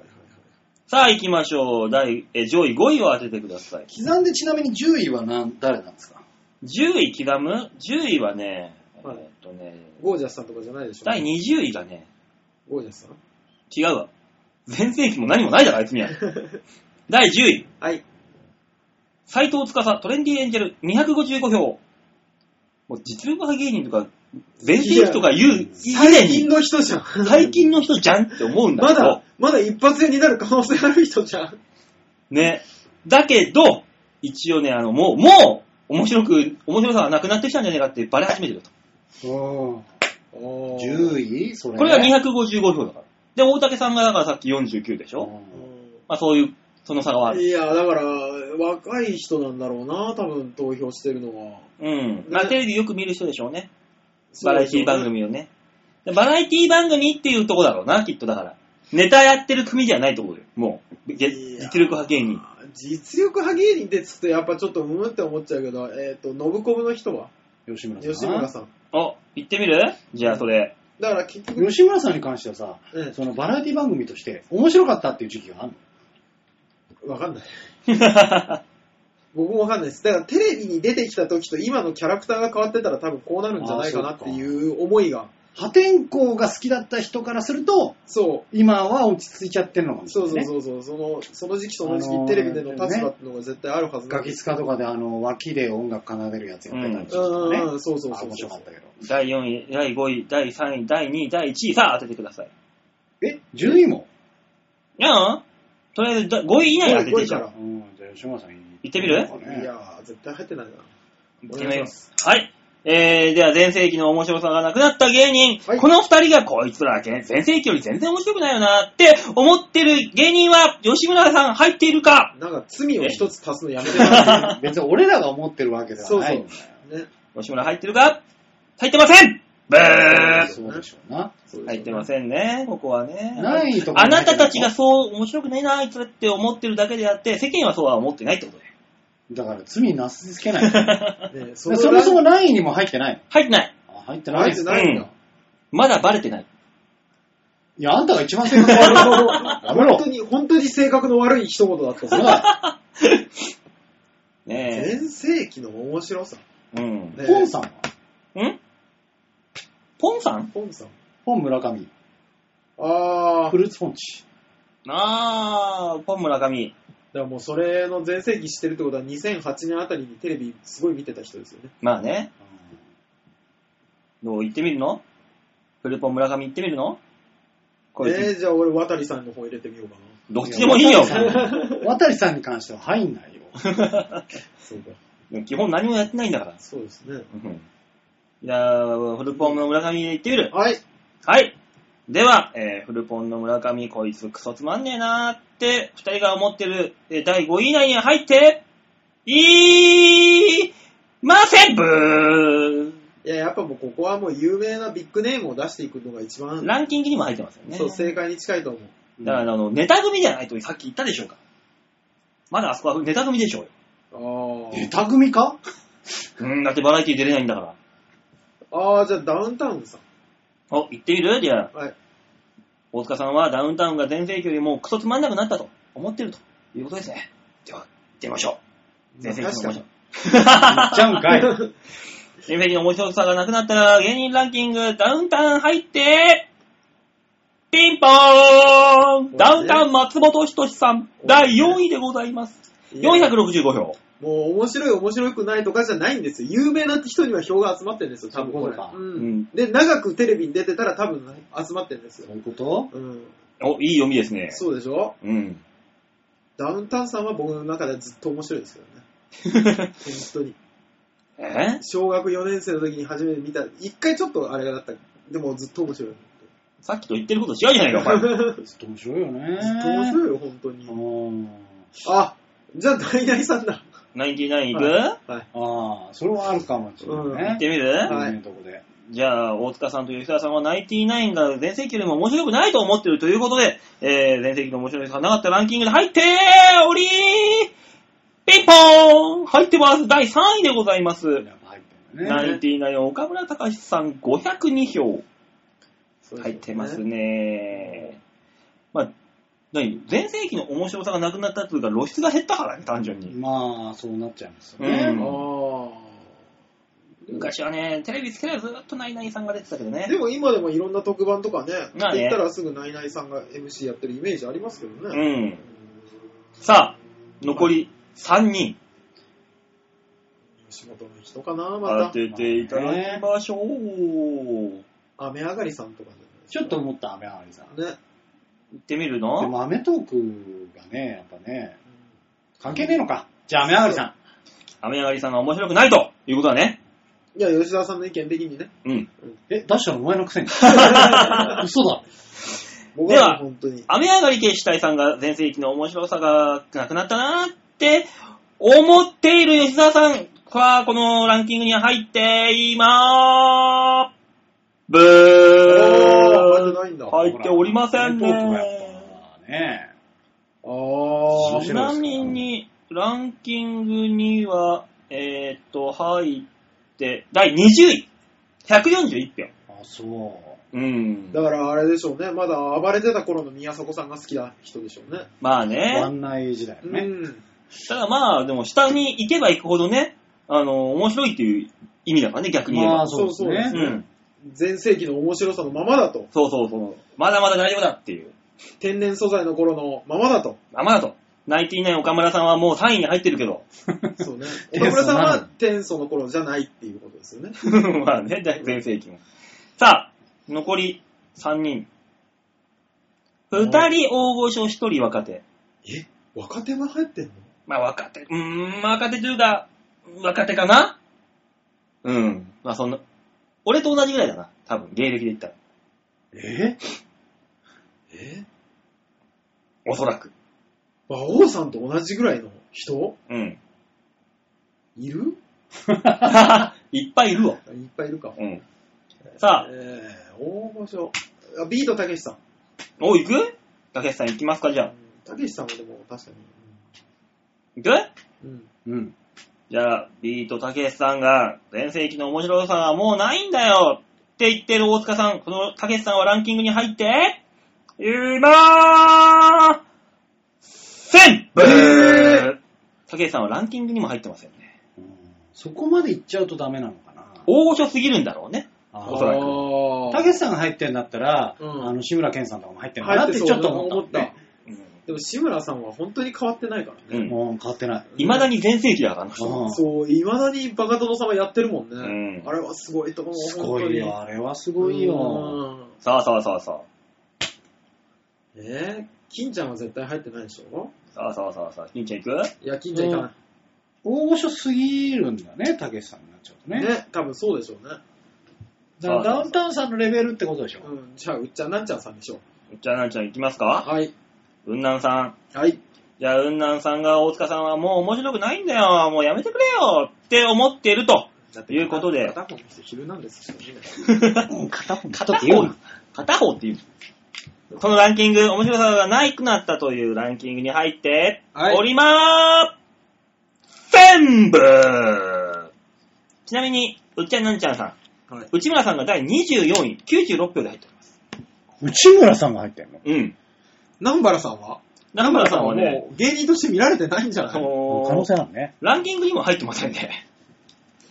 さあ行きましょう。第、え、上位5位を当ててください。刻んでちなみに10位はなん誰なんですか10位刻む ?10 位はね、はいえーっとね、ゴージャスさんとかじゃないでしょ。第20位がね、ゴージャスさん違うわ。全盛期も何もないだろ、あいつ には。第10位、はい。斎藤司、トレンディエンジェル、255票。もう実力派芸人とか、全盛期とか言う、以前最に、近の人じゃん。 最近の人じゃんって思うんだまけど、だ、まだ一発屋になる可能性ある人じゃん。ね。だけど、一応ね、あの、もう、もう、面白く、面白さがなくなってきたんじゃないかってバレ始めてると。お10位。位それ。これが255票だから。で、大竹さんがだからさっき49でしょ、まあそういう、その差がある。いや、だから、若い人なんだろうな、多分投票してるのは。うん。まあねテレビよく見る人でしょうね。そうバラエティ番組をね。でバラエティ番組っていうとこだろうな、きっとだから。ネタやってる組じゃないところよ。もう、げい実や力派芸人。実力派芸人ってつくとやっぱちょっとうむって思っちゃうけど、えっ、と、ノブコブの人は吉村さん。吉村さん。お、行ってみるじゃあそ れ。だから結局、吉村さんに関してはさ、うんそのバラエティ番組として面白かったっていう時期があるのわかんない。あ僕もわかんないです。だからテレビに出てきた時と今のキャラクターが変わってたら多分こうなるんじゃないかなっていう思いが。破天荒が好きだった人からすると、そ今は落ち着いちゃってるのかもう。しれそなうい、そね。うそうそう、その、その時期そのあ時の期ーテレビでの立場ってのが絶対あるはずなガんキです。ツカとかであの脇で音楽奏でるやつやってたりとうんかね。うん、そうそうあそう面そ白かっう。たけど。第4位、第5位、第3位、第2位、第1位、さあ当ててください。え、10位もいやんとりあえずだ5位以内に当てていいじゃん。 5位かうん、じゃあ吉村さん行行ってみるいやー、絶対入ってないな。行ってみます。はい。えー、では前世紀の面白さがなくなった芸人、はいこの二人がこいつら前世紀より全然面白くないよなって思ってる芸人は吉村さん入っているかなんか罪を一つ足すのやめてくださ別に俺らが思ってるわけではそうなそ。いうんねだよ。吉村入ってるか入ってませんブーそうでしょうな。入ってませんね、ここはね。ないとこあなたたちがそう面白くないな、あいつらって思ってるだけであって、世間はそうは思ってないってことで。 だから罪になすつけない。でね そそものそも何位にも入ってない入ってない。の。あ入ってラない入っでてすなかいないんだ。まだバレてない。いや、あんたが一番性格悪い。やめろ本当。に、本当に性格の悪い一言だったぞ。 ね全盛期の面白さ。え。うん。ねポンさんはんポンさんポンさん。ポン村上。ああフ。ルーツポンチ。あー、ポン村上。だからもうそれの全盛期してるってことは2008年あたりにテレビすごい見てた人ですよね。まあね。どう行ってみるのフルポン村上行ってみるのこいつ、えー、じゃあ俺渡さんの方入れてみようかな。どっちでもいいよ。 渡さんに関しては入んないよ。そうか。基本何もやってないんだから。そうですね。うんじゃあ、フルポンの村上行ってみる。はい。はい。では、えーフルポンの村上、こいつクソつまんねえなーって、二人が思ってる、えー第5位以内に入って、いーませんブーいや、やっぱもうここはもう有名なビッグネームを出していくのが一番、ランキングにも入ってますよね。そう、正解に近いと思う。だから、あの、ネタ組じゃないとさっき言ったでしょうか。まだあそこはネタ組でしょうよ。あネタ組かうん、だってバラエティ出れないんだから。あ。ああ、じゃあダウンタウンさお、行ってみるじゃあ、ん。はい。大塚さんはダウンタウンが全盛期よりもうクソつまんなくなったと思ってるということですね。では、行ってみましょう。全盛期の確か面白にさ。言っちゃうんかい。 全盛期の面白さがなくなったら芸人ランキングダウンタウン入って、ピンポーンダウンタウン松本人志さん、第4位でございます。 いや465票。もう面白い面白くないとかじゃないんですよ。有名な人には票が集まってるんですよ、多分これ。そういうことかう。うんん。で、長くテレビに出てたら多分集まってるんですそよう。いうことうん。お、いい読みですね。そうでしょうん。 ダウンタウンさんは僕の中ではずっと面白いですけどね。本当に。え小学4年生の時に初めて見た、一回ちょっとあれがだった。でもずっと面白い。さっきと言ってること違うじゃないか、お前。 ずっと面白いよね。ずっと面白いよ、本当に。あ、じゃあ、ダイナイさんだ。 99行く、はい。ああー、それはあるかもしれな行っいね。てみる、はい有名なとこで。じゃあ、大塚さんと吉沢さんは99が前世紀よりも面白くないと思ってるということで、えー、前世紀の面白さがなかったランキングに入っておりーピンポーン入ってます第3位でございます。やっぱ入ってるんだね。 99岡村隆史さん502票そうです入ねってます。ね。まあ、何前世紀の面白さがなくなったというか露出が減ったからね、単純に。まあ、そうなっちゃいますようねん。あ昔はね、テレビつければずっとナイナイさんが出てたけどあ。ねで。も今でもいろんな特番とかね、まあね言ったらすぐナイナイさんが MC やってるイメージありますけどうね。ん。さあ、残り3人。吉本の人かな、当また。てていただきましょう。雨上がりさんとかじゃないですちかょっと思った、雨上がりさん。でね。行ってみるのも、アメトークがね、やっぱね、関係ねえのか。じゃあ、雨上がりさ雨上がりさんが面白くないということだね。いや、吉田さんの意見的にね。うん。ん。え、出したのお前のくせに。嘘だ。僕でははもう本当に。雨上がり決死隊さんが全盛期の面白さがなくなったなーって思っている吉沢さんはこのランキングに入っていまーブああ、入ってーないんだ。入っておりませんアメトークはやね。っぱね、ああ、ちな面白いですからみに、ランキングには、えーっと、入って、第20位。141票。あ、そう。うん。だからあれでしょうね。まだ暴れてた頃の宮迫さんが好きな人でしょうね。まあワね。ンナイ時代のね。うん。ただまあ、でも下に行けば行くほどね、あの、面白いっていう意味だからね、逆に言えまばあ、。そうですそうねそうう。ん。全盛期の面白さのままだと。そうそうそう。まだまだ大丈夫だっていう。天然素材の頃のままだと。あ、まだと。ナインティナイン岡村さんはもう3位に入ってるけど。 そうね。 天岡村素なさのんは天素の頃じゃないっていうことですよね。まあね、全盛期も。さあ、残り3人。2人大御所、1人若手。え若手が入ってんのまあ若手、うーん、若手というか、若手かなうん。まあそんな、俺と同じぐらいだな。多分、芸歴で言ったら。ええおそらく。馬王さんと同じぐらいの人うん。いる いっぱいいるわ。いっぱいいるか。うん。さあ、えー、大御所。あビートたけしさん。お、行く竹内さん行きますか、じゃあ。たけしさんはでも確か行くに。うん。うん。じゃあ、ビートたけしさんが、全盛期の面白さはもうないんだよって言ってる大塚さん、このたけしさんはランキングに入って、いまーせんブーたけしさんはランキングにも入ってませんね。そこまで行っちゃうとダメなのかな。大御所すぎるんだろうね。あおそらくーくたけしさんが入ってんだったら、うんあの、志村けんさんとかも入ってんだなってちょっと思ったもんね。でも志村さんは本当に変わってないからね。うん。うん。うん、変わってない。いまだに全盛期だから、あの人うんそう、いまだにバカ殿様やってるもんね。んあれはすごいと思う。すごいよ、あれはすごいよ。よ。さあさあさあさあ。えー、金ちゃんは絶対入ってないでしょさあさあさあさあ。金ちゃん行くいや、金ちゃんいかな大御所すぎるんだね、たけしさんになっちゃうとい。ね。ね、多分そうでしょうね。だからダウンタウンさんのレベルってことでしょ。うん、じゃあ、うっちゃんなんちゃんさんでしょう。じゃあ、なんちゃん行きますかはい。うんなんさん。はい。じゃあ、うんなんさんが大塚さんはもう面白くないんだよ。もうやめてくれよって思っていると。いうことで片方の人、昼なんですよね。 片方片方片方っていう。このランキング、面白さがないくなったというランキングに入って、はいおりまー全部ちなみに、うっちゃんなんちゃんさん、はい内村さんが第24位、96票で入っております。内村さんが入ってんのうん。南原さんは中村さんはね、もう芸人として見られてないんじゃなそいの可能性あるね。ランキングにも入ってませんね。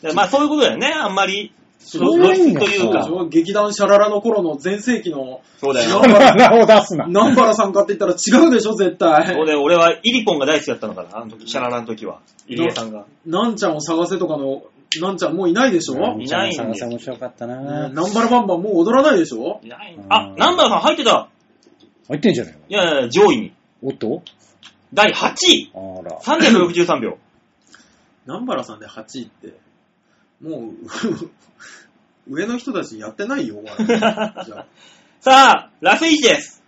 だからまあそういうことだよね、あんまり。そういう露出の というそか。劇団シャララの頃の全盛期のそうだよ。名を出すな。 南原さんかって言ったら違うでしょ、絶対そう。だよ、俺はイリポンが大好きだったのかな、あの時、シャララの時は。入江さんが。なんちゃんを探せとかの、なんちゃんもういないでしょ、い内ないんだよ村さんが面白かったナなン。バラバンバンもう踊らないでしょいないうんあ、ナンバーさん入ってた入ってんじゃないいやいや、上位に。おっと第8位あら。 !363 秒。南原さんで8位って、も う、上の人たちやってないよ、あ れじゃあ さあ、ラス1です。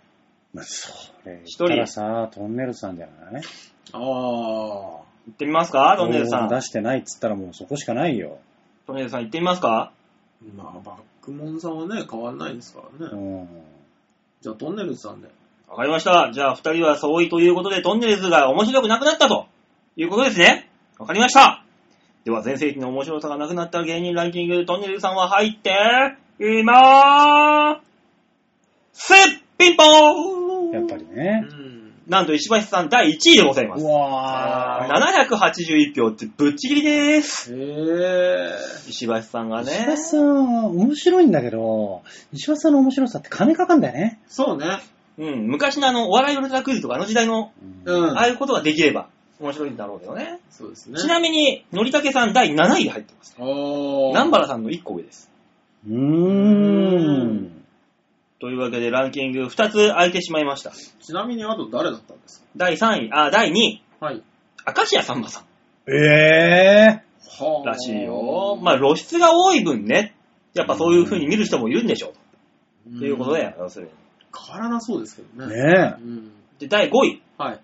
まあ、それ。一一人人。らさ、トンネルさんじゃないあ行ってみますかトンネルさ大物ん。出してないっつったらもうそこしかないよ。トンネルさん行ってみますかー、まあ、バックモンさんはね、変わんないですからね。うん。じゃあ、トンネルズさんで。わかりました。じゃあ、二人は相違ということで、トンネルズが面白くなくなったということですね。わかりました。では、前世紀の面白さがなくなった芸人ランキング、トンネルズさんは入って、いまーすピンポーンやっぱりうね。ん。なんと石橋さん第1位でございます。わー。 781票ってぶっちぎりでーす。へえ。石橋さんが石ね橋。さんは面白いんだけど、石橋さんの面白さって金かかんだよね。そうね。うん、昔のあの、お笑いウルトラクイズとかあの時代の、うんああいうことができれば面白いんだろうけどね。そうですね。ちなみに、のりたけさん第7位で入ってます。おー。南原さんの1個上です。うーん。というわけでランキング2つ空いてしまいました。ちなみに、あと誰だったんです第3位、あ、第2位、かはい。明石家さんまさんええはらしいよ。まあ露出が多い分ね、やっぱそういう風に見る人もいるんでしょう。あということで、。要するに。変わらなそうですけどー。ね。ねうん。で、第5位、はい。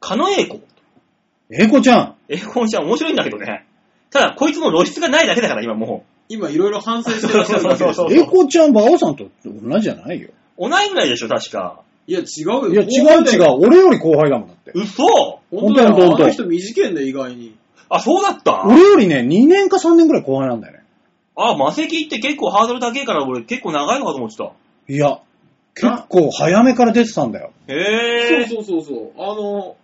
狩野英孝。え。英子ちゃん。英孝ちゃん面白いんだけどね。ただ、こいつも露出がないだけだから、今も今、いろいろ反省してらっしゃるわけでしょそうそう英子ちゃん、馬王さんと同じじゃないよ。う。同いぐらいでしょ、確か。いや、違うよ。いや、違う違う。俺より後輩だもんだって。嘘本当だよ。本当あ本当の人短いんだよ、意外に。あ、そうだった俺よりね、2年か3年ぐらい後輩なんだよね。あ、魔石って結構ハードル高いから、俺結構長いのかと思ってた。いや、結構早めから出てたんだよ。へぇー。そうそうそうそう。あの、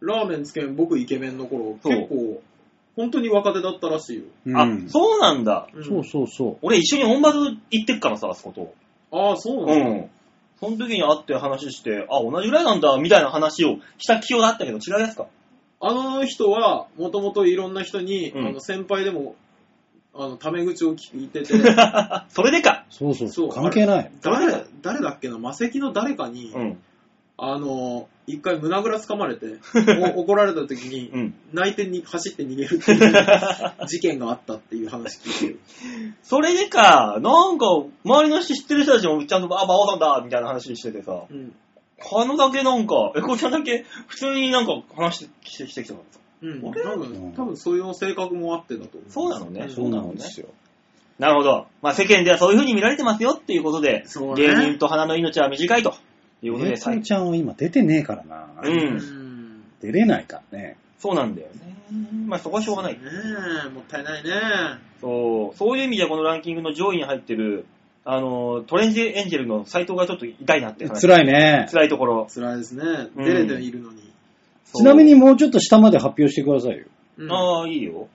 ラーメンつけん、僕イケメンの頃、そう結構、本当に若手だったらしいよ。あ、うんそうなんだ。うんそうそうそう。俺一緒にオンバズ行ってっからさ、あそこと。ああ、そううなんだ。ん。その時に会って話して、あ、同じぐらいなんだ、みたいな話をした記憶があったけど、違いですか あの人は、もともといろんな人に、うんあの先輩でも、あの、タメ口を聞いてて、それでか。そうそうそう関係ない。誰、誰だっけな、魔石の誰かに、うん。あの、一回胸ぐらつかまれ て、お怒られた時に、うん。泣いてに走って逃げるっ ていう事件があったっていう話聞いてる。それでか、なんか、周りの人知ってる人たちもちゃんと、あ、馬王さんだ、みたいな話しててさ、うん。カノだけなんか、エコちゃんだけ、普通になんか話してきてきてきたからさうん。多俺分、多分そういう性格もあってだと思う。そうなのねんそうなのねですよ。なるほど。まあ世間ではそういう風に見られてますよっていうことで、そうね芸人と花の命は短いということゆでうさこちゃんは今出てねえからな。う。うんん。出れないからね。そうなんだよね。まあそこはしょうがないね。え、もったいないね。そう、そういう意味ではこのランキングの上位に入ってる、あの、トレンジエンジェルの斎藤がちょっと痛いなって話辛いね。辛いところ。辛いですね。うん出れているのに。そうちなみに、もうちょっと下まで発表してくださいよ。うんああ、いいよ。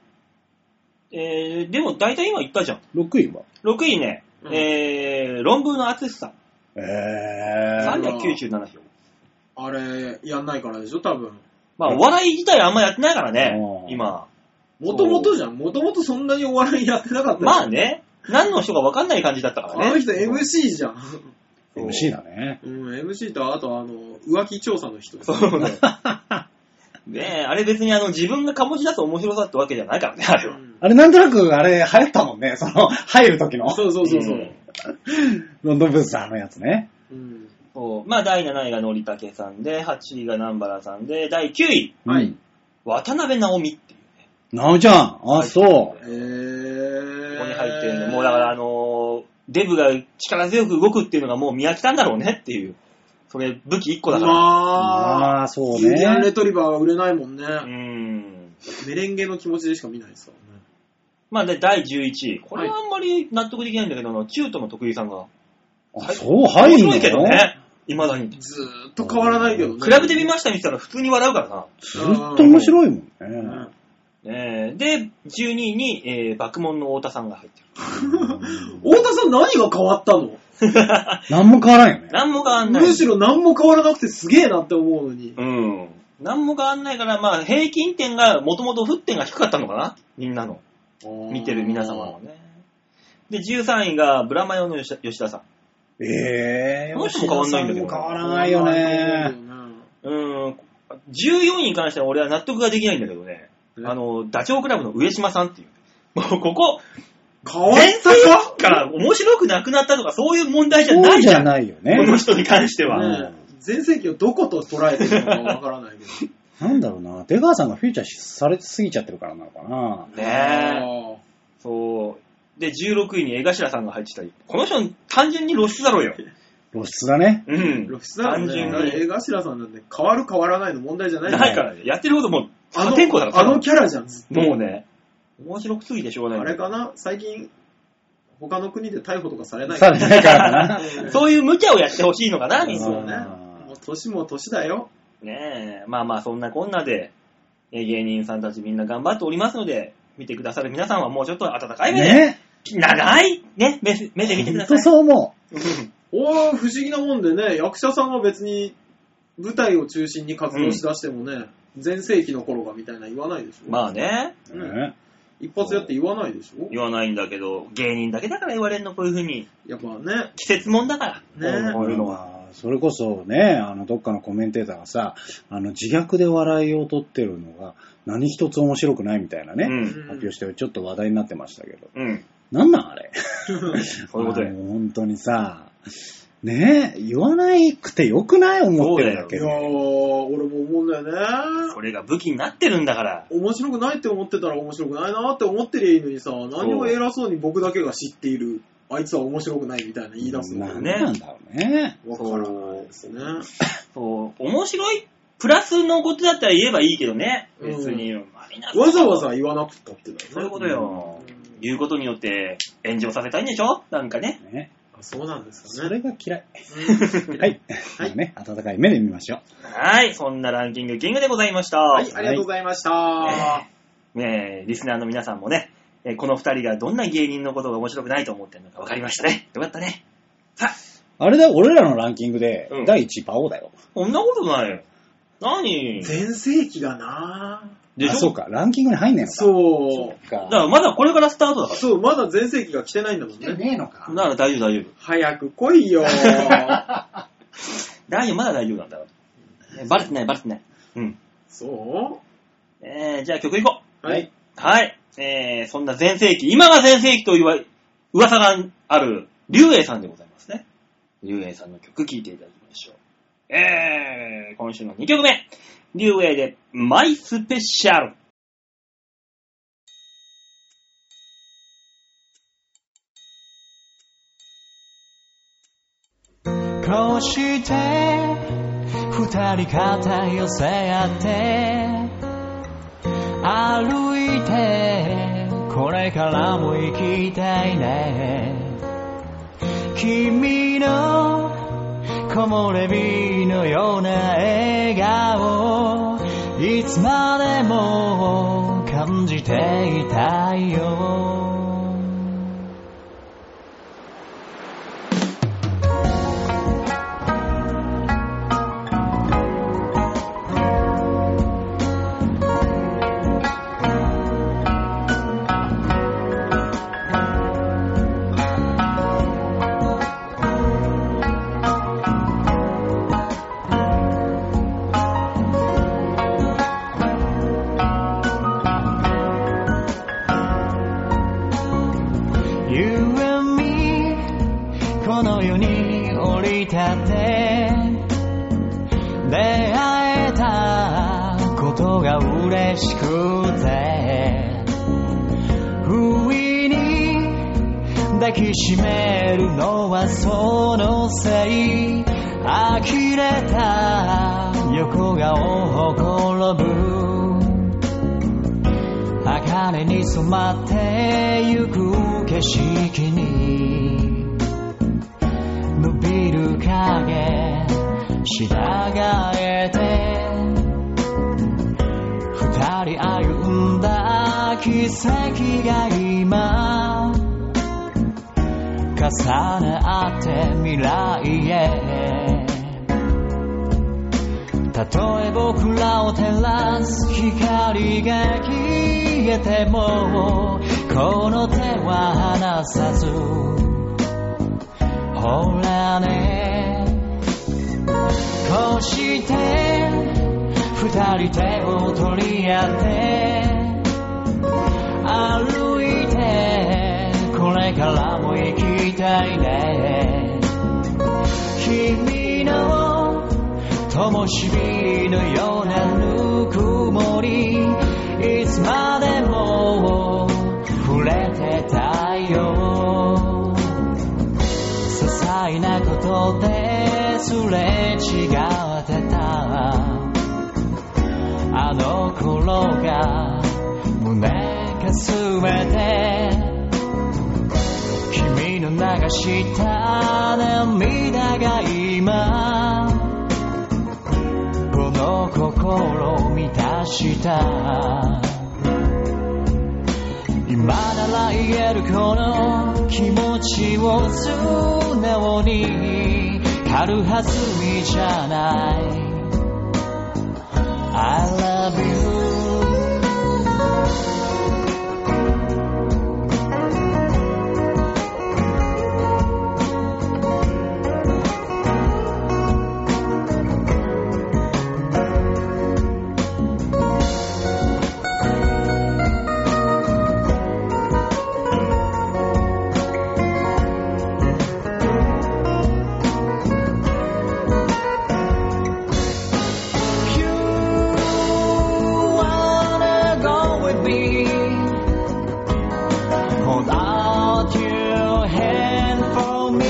えー、でも大体今言ったじゃん。 6位は。 6位ね、うんえー、論文の厚さん。え三位397票。あれ、やんないからでしょ、多分。まあ、お笑い自体あんまやってないからねう、ん今。もともとじゃん。もともとそんなにお笑いやってなかったよまあね、何の人か分かんない感じだったかあらのね。人 MC じゃん。ー、MC だね。うん、MC と、あと、あの、浮気調査の人。そう ね。ねえ、あれ別にあの自分が醸し出す面白さってわけじゃないからね、あれうは。。んあれなんとなくあれ流行ったもんね。その、入る時の。そうそうそうそううんロンドンブースさんのやつね。うん。そうまあ、第7位がのりたけさんで、8位が南原さんで、第9位、はいうん。渡辺直美っていう。なおちゃん。あ、そう。えこー。こに入ってるの。もうだから、あのーデブが力強く動くっていうのがもう見飽きたんだろうねっていう。それ、武器1個だから。まあ、ああ、そうユーねデ。ィアンレトリバーは売れないもんね。うーん。メレンゲの気持ちでしか見ないですからね。まあ、で、第11位。これはあんまり納得できないんだけど、あの中途の徳井さんが。あそう、入面るの白いけどね。未だに。比ずーっと変わらないけどね。べてみました見てたら普通に笑うからな。ずっと面白いもんね。うんねえで、12位に、えー、爆問の太田さんが入ってる。太田さん何が変わったの何も変わらんよね。なんも変わんない。むしろ何も変わらなくてすげえなって思うのに。うん。なんも変わんないから、まあ、平均点が、もともと沸点が低かったのかなみんなの。見てる皆様のね。で、13位が、ブラマヨの吉田吉田さん。ええー、もうちょっと変わんないんだけど吉田さも変変わらないよわらないね。と思うんだよね。うん。14位に関しては俺は納得ができないんだけどね。えあの、ダチョウ倶楽部の上島さんっていう。もうここ、変わったかから面白くなくなったとかそういう問題じゃなそういじじゃゃん。ないよこの ね。人に関しては。ねえ全盛期をどこと捉えてるのかわからないけど。なんだろうな。出川さんがフィーチャーされすぎちゃってるからなのかな。ねえ。あそう。で、16位に江頭さんが入ってたり。この人、単純に露出だろうよ。露出だね。うーん。露出だ単純ね。にあれ江頭さんなんで変わる変わらないの問題じゃないないからね。やってることもう、あ破天荒だのかあらの。キャラじゃん。ずっともうね、面白くすぎてしょうがあないれ。かな最近、他の国で逮捕とかされないされないから な。そういう無茶をやってほしいのかな、みんうな。そうねあー。もう年も年だよ。ねえ、まあまあそんなこんなで、え芸人さんたちみんな頑張っておりますので、見てくださる皆さんはもうちょっと温かい目で、ね。長い、ね、目目で見てく本ださ当い。そう思うんおー、不思議なもんでね、役者さんは別に舞台を中心に活動しだしてもね、全盛期の頃がみたいな言わないでしょ。まあね、う。うんね一発やって言わないでしょ。言わないんだけど、芸人だけだから言われるの、こういう風に。やっぱね、季節もんだから。ねこういうのは。まあそれこそね、あの、どっかのコメンテーターがさ、あの、自虐で笑いを取ってるのが何一つ面白くないみたいなうね、ん。発表してちょっと話題になってましたけど。うん。なんなんあれそういうこと あで。の本当にさ、ねえ、言わないくてよくない思ってるだいけやでー、俺も思うんだよそね。れが武器になってるんだから。面白くないって思ってたら面白くないなって思ってりゃいいのにさ、何を偉そうに僕だけが知っている、あいつは面白くないみたいな言い出すのながんね、ねなんだろうね。わからないですね。そう、面白い、プラスのことだったら言えばいいけどね。別に、まあみんなわざわざ言わなくったってだよね。そういうことよ。言うことによって炎上させたいんでしょなんかね。ねあそうなんですそかね。れが嫌い。うんはい。まあね、温かい目で見ましょう。はい。そんなランキングキングでございました。はい、ありがとうございました。ねえリスナーの皆さんもね、えーこの二人がどんな芸人のことが面白くないと思ってるのか分かりましたね。よかったね。さあれだよ、俺らのランキングでうん、第1位、馬王だよ。こんなことないよ。何でし全盛期がなょあ、そうか、ランキングに入んねえのか。そっかだからまだこれからスタートだう。か。。そう、まだ全盛期が来てないんだもんね。ねえのからだから大丈夫大丈夫。早く来 いよ大丈夫、まだ大丈夫なんだから。ねバレてないバレてない。うん。そえー、じゃあ曲いこう。うはい。はい。えー、そんな前世紀、今が前世紀と言わ、噂がある、竜英さんでございますね。竜英さんの曲聴いていただきましょう。えー、今週の2曲目。竜英で、マイスペシャル。こうして二人肩寄せ合って歩いてこれからも生きたいね君の木漏れ日のような笑顔いつまでも感じていたいよYou and me この世に降り立って出会えたことが嬉しくて不意に抱きしめるのはそのせい呆れた横顔をほころぶ茜に染まってゆく景色に伸びる影従えて二人歩んだ奇跡が今重ね合って未来へたとえ僕らを照らす光が消えてもこの手は離さずほらねこうして二人手を取り合って歩いてこれからも行きたいね君の灯火のようなぬくもりいつまでも触れてたいよ些細なことですれ違ってたあの頃が胸かすめて君の流した涙が今この心を満たした今なら言えるこの気持ちを素直に軽はずみじゃない I love you 「You wanna go with me」「Hold out your hand for me」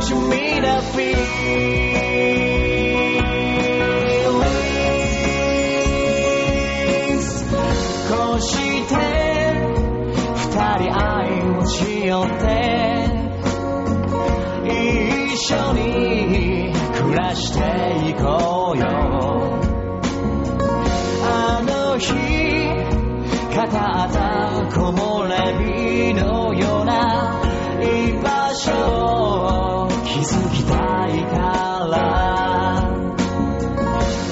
「Show me the feelings」「こうして二人愛をしよって」一緒に暮らしていこうよあの日語った木漏れ日のような居場所を築きたいから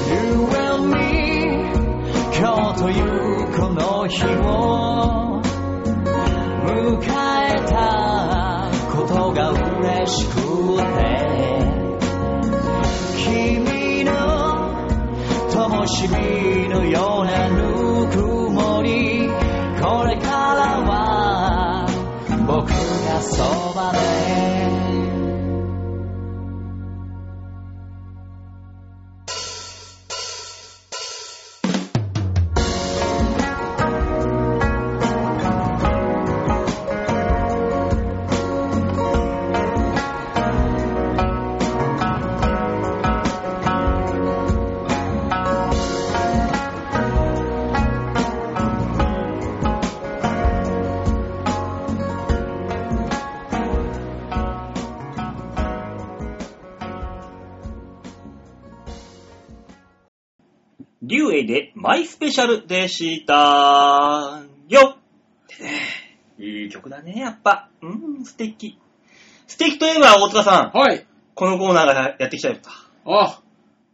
You and me 今日というこの日を迎えたことが嬉しくて君の灯火のようなぬくもりこれからは僕がそばで「デイでマイスペシャルでした。よっいい曲だね、やっぱ。うん、素敵。素敵といえば、大塚さん。はい。このコーナーがやってきちゃった。あ、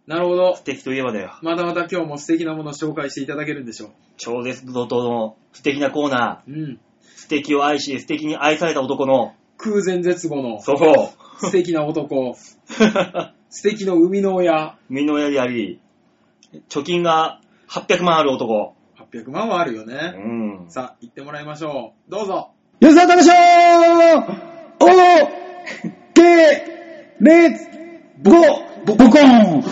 なるほど素。敵といえばだよ。まだまだ今日も素敵なものを紹介していただけるんでしょ超絶怒涛の素敵なコーナう。うん。ー。素敵を愛し、素敵に愛された男の。空前絶後のそう。素敵な男、素敵の生みの親、 身の親であり、貯金が800万ある男。 800万はあるようね。ん。さあ、行ってもらいましょう。どうぞ。吉沢しおーけれぼ、ぼ、ぼこんイェー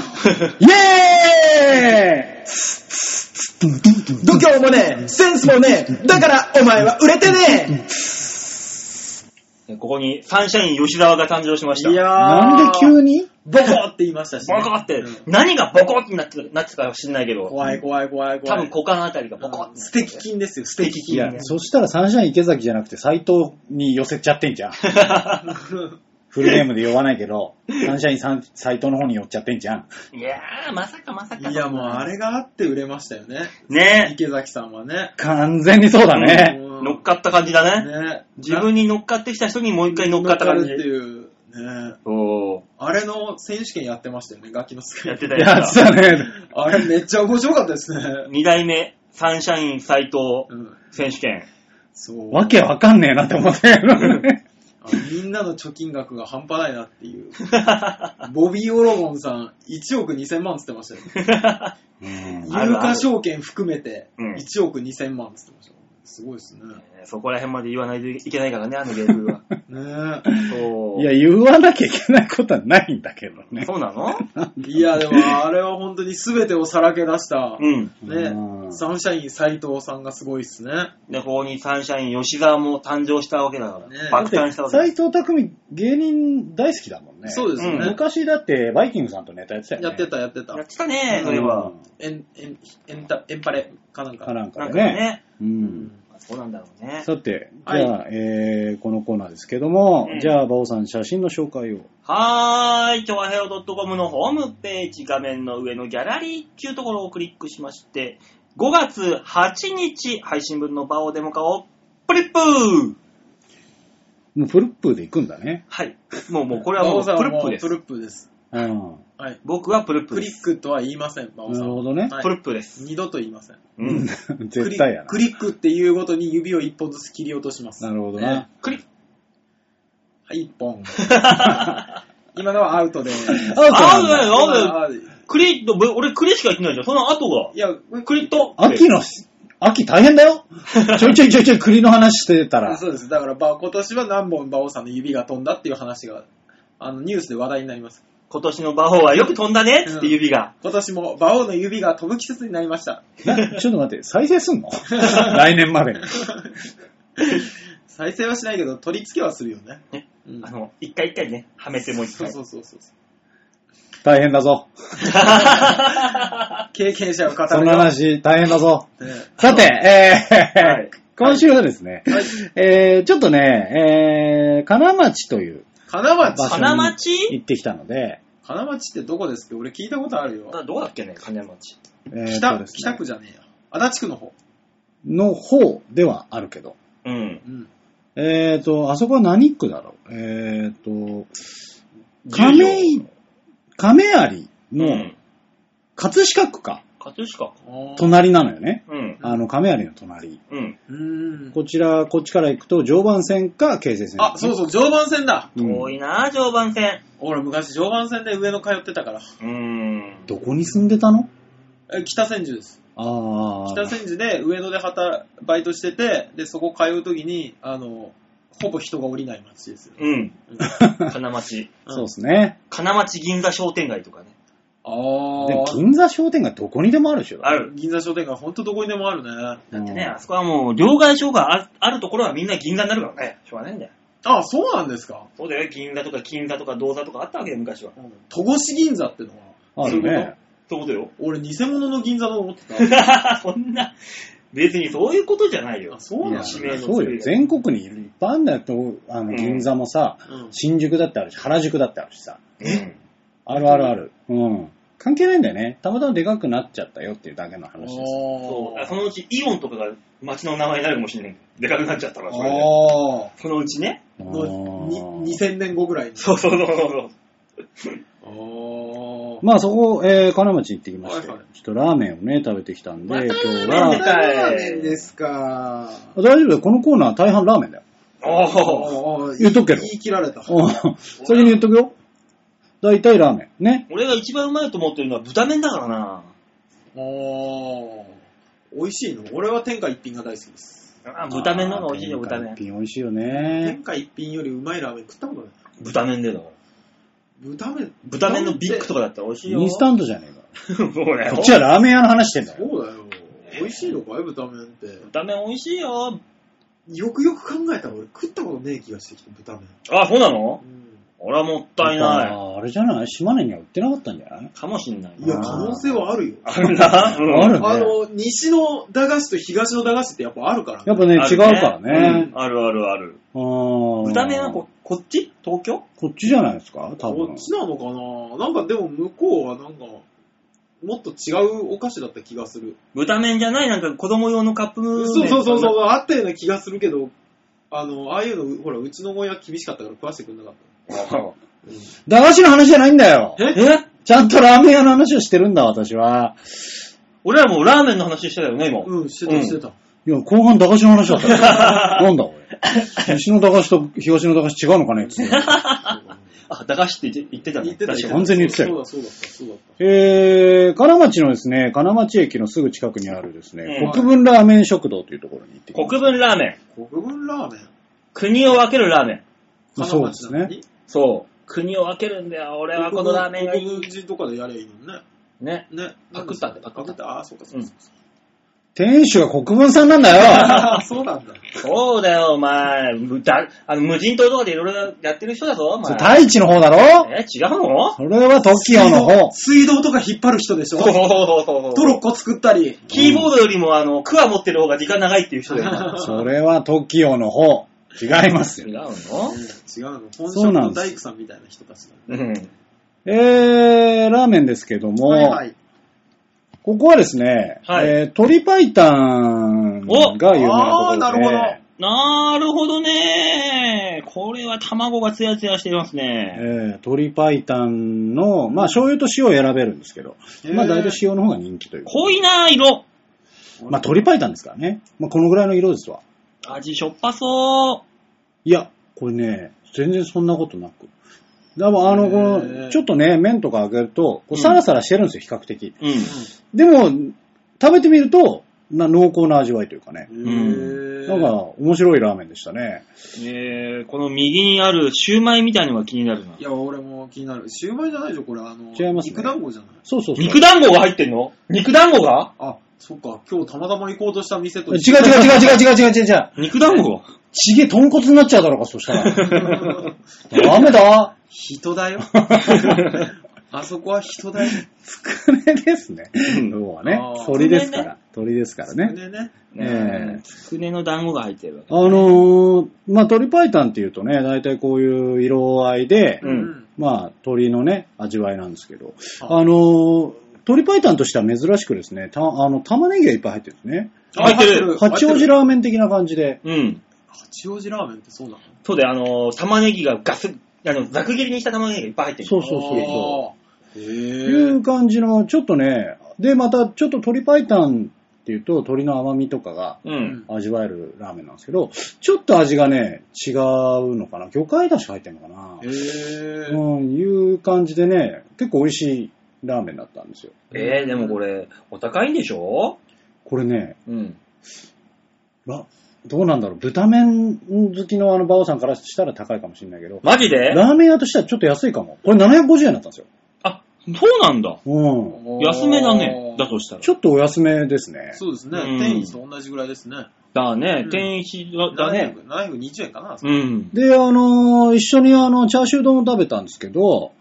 イ度胸もねえ、センスもねえ、だからお前は売れてねここにサンシャイン吉沢が誕生しました。なんで急にボコって言いましたし、ボコって、うん何がボコってなってなってたかは知んないけど、怖い怖い怖い多怖い。分股間あたりがボコっうんて。素敵金ですよ、素敵い金。や、そしたらサンシャイン池崎じゃなくて斎藤に寄せちゃってん じゃん。フルネームで呼ばないけど、サンシャインさん斎藤の方に寄っちゃってんじゃん。いやー、まさかまさか。いや、もうあれがあって売れましたよね。ね池崎さんはね。完全にそうだね。うん乗っかった感じだね。ね自分に乗っかってきた人にもう一回乗っかった感じ乗っ。かるっていう。ねおーあれの選手権やってましたよね、楽器の使やいって方。たややってつだ。たね。あれめっちゃ面白かったですね。二代目、サンシャイン斎藤うん。選手権。そう。わけわかんねえなって思ったけどね。あみんなの貯金額が半端ないなっていう。ボビー・オロゴンさん、1億2000万つってましたよ、ね。あ有うんるある価証券含めて、うん1億2000万つってましたよ。すごいですね。そこら辺まで言わないといけないからね、あのゲームは。ねそう。いや、言わなきゃいけないことはないんだけどね。そうなのえ。 いや、でもあれは本当に全てをさらけ出した、うん。うね、んサンシャイン斎藤さんがすごいっすね。で、ここにサンシャイン吉沢も誕生したわけだから。ね爆誕したわけだ斎藤匠、芸人大好きだもんね。そうですようんね。昔だって、バイキングさんとネタやってたよね。やってた、やってたやっ。てたね、うんそれは。エン、エン、エンタ、エンパレかなんか。かなんかなんでかね。ね。うん。まあそうなんだろうね。さて、じゃはあい、えーこのコーナーですけどもうん、じゃあ、馬王さん、写真の紹介を。はーい、ちょわへよ .com のホームページ画面の上のギャラリーっていうところをクリックしまして、5月8日配信分の場をデモ化をプリップーもうプルップで行くんだね。はい。もうもうこれは馬も王うさんプはルッもプうですプ。ルップです。うん。はい。僕はプルップクでリッす。クとは言いません、馬王なさんるは。ほどね。はいプルップです。二度と言いません。うん。絶対やな。クリッククリックっていうごとに指を一本ずつ切り落とします。なるほどねな。クリッはい、一本。今のはアウトで。アウトあ、なんだなんだよあークリッと、俺クリしか言ってないじゃん。その後がい。や、クリッと。秋のし、秋大変だよ。ちょいちょいちょいちょい栗の話してたら。そうです。だから、ば今年は何本馬王さんの指が飛んだっていう話が、あの、ニュースで話題になります。今年の馬王はよく飛んだねっつって指が。今年も馬王の指が飛ぶ季節になりました。なちょっと待って、再生すんの 来年までに。再生はしないけど、取り付けはするよね。ねうんあの、一回一回ね、はめてもう一そう回。そうそうそう。大変だぞ。経験者を語るよ。そんな話、大変だぞ。ね さて、えーはい今週はですね、えーちょっとね、えー金町という金場所町に金町行ってきたので、金町ってどこですっけ俺聞いたことあるよ。あどこだっけね、金町。えー北、とですね北区じゃねえや。足立区の方。の方ではあるけど、うん。うん。えーと、あそこは何区だろうえーと、亀亀井井、亀有の、うのん、葛飾区か、葛飾か。隣なのよね。うん。あの、亀有の隣。うん。うん。こちら、こっちから行くと、常磐線か京成線、あ、そうそう、常磐線だ。うん遠いなぁ、常磐線。俺昔常磐線で上野通ってたから。うーん。どこに住んでたのえ北千住です。ああ。北千住で上野で働、バイトしてて、で、そこ通うときに、あの、ほぼ人が降りない街ですよ。うん。うん金町。 そうですね。金町銀座商店街とかね。あでもー。銀座商店街どこにでもあるでしょ。ある。銀座商店街ほんとどこにでもあるね。だってうね、んあそこはもう、両替所がああるところはみんな銀座になるからね。しょうがないんだよ。あ、そうなんですか。そうだよ、銀座とか金座とか銅座とかあったわけで昔は。戸越銀座ってのは。あるね。そういうことよ。 俺偽物の銀座だと思って た。そんな、別にそういうことじゃないよあ。そうなんだや地名のそうよ。全国にいるいっぱいあるんだよ。あうんの、銀座もさ、うん新宿だってあるし、原宿だってあるしさ。うん。あるあるある。うん。関係ないんだよね。たまたまでかくなっちゃったよっていうだけの話です。そおうあそのうちイオンとかが街の名前になるかもしれない。でかくなっちゃったから、それで。おそのうちね。あのーに2000年後ぐらいに。そうそうそうそう。おーまあそこ、えー、金町行ってきまして、はいはいちょっとラーメンをね、食べてきたんで、また今日ラーメンは、かいラーメンですか。大丈夫だよ、このコーナー大半ラーメンだよ。おーおー言っとくけど言い切られた。うん先に言っとくよ。大体ラーメン。ね。俺が一番うまいと思ってるのは豚麺だからな。おー美味しいの俺は天下一品が大好きです。あ豚麺の方が美味しいよ、豚一麺。品美味しいよね天。下一品よりうまいラーメン食ったことない。豚麺でだから。豚麺。豚麺のビッグとか。かだったら美味しいよ。インスタントじゃねえそうねか。こっちはラーメン屋の話してんだよ。そうだよ。美味しいのかい豚麺って。豚麺美味しいよ。よくよく考えたら俺食ったことねえ気がしてきて、豚麺。あ、そうなのう俺はもったいなあーあれじゃない島根には売ってなかったんじゃないい。かもしんないん。いや、あー可能性はあるよ。あるな。うんあるねあの、西の駄菓子と東の駄菓子ってやっぱあるからやっぱね、ある違うからねう。んあるあるある。うん豚麺はここっち東京こっちじゃないですか多こ分っ。ちなのかななんかでも向こうはなんか、もっと違うお菓子だった気がする。豚麺じゃないなんか子供用のカップ麺。そうそうそうそうう、あったような気がするけど、あの、ああいうの、ほら、うちの親厳しかったから食わしてくれなかっ駄菓子の話じゃないんだよ。た。ええちゃんとラーメン屋の話をしてるんだ、私は。俺らもうラーメンの話してたよね、今。うん、してたしてた。いや、後半駄菓子の話だった よ。なんだ、俺。西の駄菓子と東の駄菓子違うのかねつって。あ、駄菓子って言って言ってたね。言ってた確よかに完全に言ってたよそうだそうだった、えー、金町のですね、金町駅のすぐ近くにあるですね、うん国分ラーメン食堂というところに行ってきまし国分ラーメン。そうだった。国分ラーメン国を分けるラーメン。まあそうですね。そう。国を分けるんだよ。俺はこのラーメンがい国い。分人とかでやればいいのね。ね。ね。パクったんだよパクった。ああ、そうかそうかそうか。た。店主が国分さんなんだ よああ、そうなんだ。そうだよ、お前。むだあの無人島とかでいろいろやってる人だぞ、おそれ前。太一の方だろえ、違うのそれは TOKIO の方。水道とか引っ張る人で しょそうそうそうそうトロッコ作ったり。キーボードよりも、あの、クワ持ってる方が時間長いっていう人だよ。それは TOKIO の方。違います違う。よの違うの。本そ職うなんのです大工さんみたいな人たちだね。うん。えー、ラーメンですけども、はいはい。ここはですね、はいえー、鶏白湯が有名なところおあーで、なるほどなるほどねこれは卵がツヤツヤしていますえね。ー、鶏白湯の、まあ醤油と塩を選べるんですけど、まあ大体塩の方が人気という。濃いな色。まあ鶏白湯ですからね。まあこのぐらいの色ですわ。味しょっぱそう。いや、これね、全然そんなことなく。でもあの、こへの、ーちょっとね、麺とか揚げると、こううんサラサラしてるんですよ、比較的。うん。でも、食べてみると、な濃厚な味わいというかね。うん。。なんか、面白いラーメンでしたね。えー、この右にあるシューマイみたいのが気になるないや、俺も気になる。シューマイじゃないでしょ、これ。あの、違いますね肉団子じゃない。そうそうそう。肉団子が入ってんの肉団子があ、そっか。今日たまたま行こうとした店と違う違う違う違う違う違う違う。肉団子がちげ、豚骨になっちゃうだろうか、そした ら。ダメだ。人 だよ。あそこは人だよ。つくねですね。うんそうはねあー。鳥ですから。鳥ですからね。でね。ええつくねの団子が入ってるわけ。あのー、まあ、鳥パイタンっていうとね、大体こういう色合いで、うんまあ、鳥のね、味わいなんですけど、ああのー、鳥パイタンとしては珍しくですね、た、あの、玉ねぎがいっぱい入ってるんですね。あ入ってる八王ラーメ子ン。ラーメン的な感じで。うん。八王子ラーメンってそうなのそうだよ、あのー、玉ねぎがガス、あの、ざく切りにした玉ねぎがいっぱい入ってる。そうそうそうそう。う。いへう感じの、ちょっとね、で、また、ちょっと鶏白湯っていうと、鶏の甘みとかがうん。味わえるラーメンなんですけど、ちょっと味がね、違うのかな。魚介だし入ってんのかなえ。。へえ。うん、いう感じでね、結構美味しいラーメンだったんですよ。えー、でもこれ、お高いんでしょこれね、うん。らどうなんだろう。豚麺好きのあの、バオさんからしたら高いかもしれないけど、マジでラーメン屋としてはちょっと安いかも。これ750円だったんですよ。あ、そうなんだ。うん。安めだね。だとしたら。ちょっとお安めですね。そうですね。うん天一と同じぐらいですね。だねう。ん天一だだね。。 720円かな。うん。で、あのー一緒にあの、チャーシュー丼を食べたんですけど、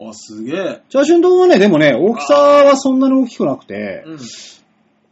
あ、すげえ。チャーシュー丼はね、でもね、大きさはそんなに大きくなくて、うん。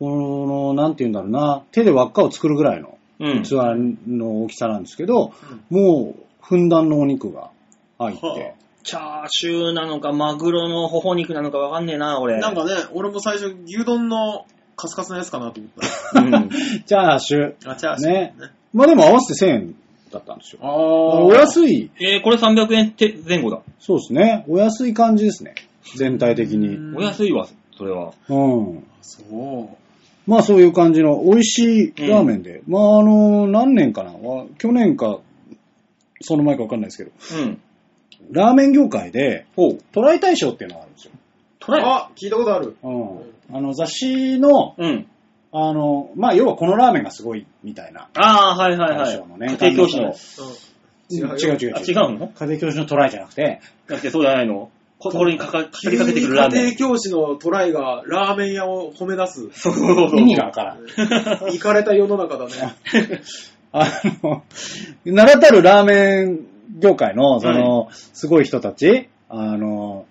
この、なんて言うんだろうな、手で輪っかを作るぐらいのうん。器の大きさなんですけど、もう、ふんだんのお肉が入って、チャーシューなのか、マグロの頬肉なのかわかんねえな、俺。なんかね、俺も最初牛丼のカスカスのやつかなと思っうんチャーシュー。た。 あ、チャーシューね。まあでも合わせて1000円だったんですよ。あおー。安い、えー、これ300円て前後だ。そうですね。お安い感じですね。全体的うに。んお安いわ、それは。うん。そう。まあそういう感じの美味しいラーメンで。まああの、何年かなわ去年か、その前かわかんないですけど、うん。ラーメン業界で、ほう。トライ大賞っていうのがあるんですよ。トライ。あ、聞いたことある。うん。あの、雑誌の、うん。あの、まあ要はこのラーメンがすごい、みたいな。ああ、はいはいは大い賞のね。。家庭教師の。違うよ違う違うあ、違違う。うの家庭教師のトライじゃなくて、だってそうじゃないのここれにかか、か急りかけてにくるラ家ーメン庭。教師のトライがラーメン屋を褒め出す。そうそうそうそう。意味がわからん。行かれた世の中 だね。あの、 名だたるラーメン業界の、その、すごい人たち、あの、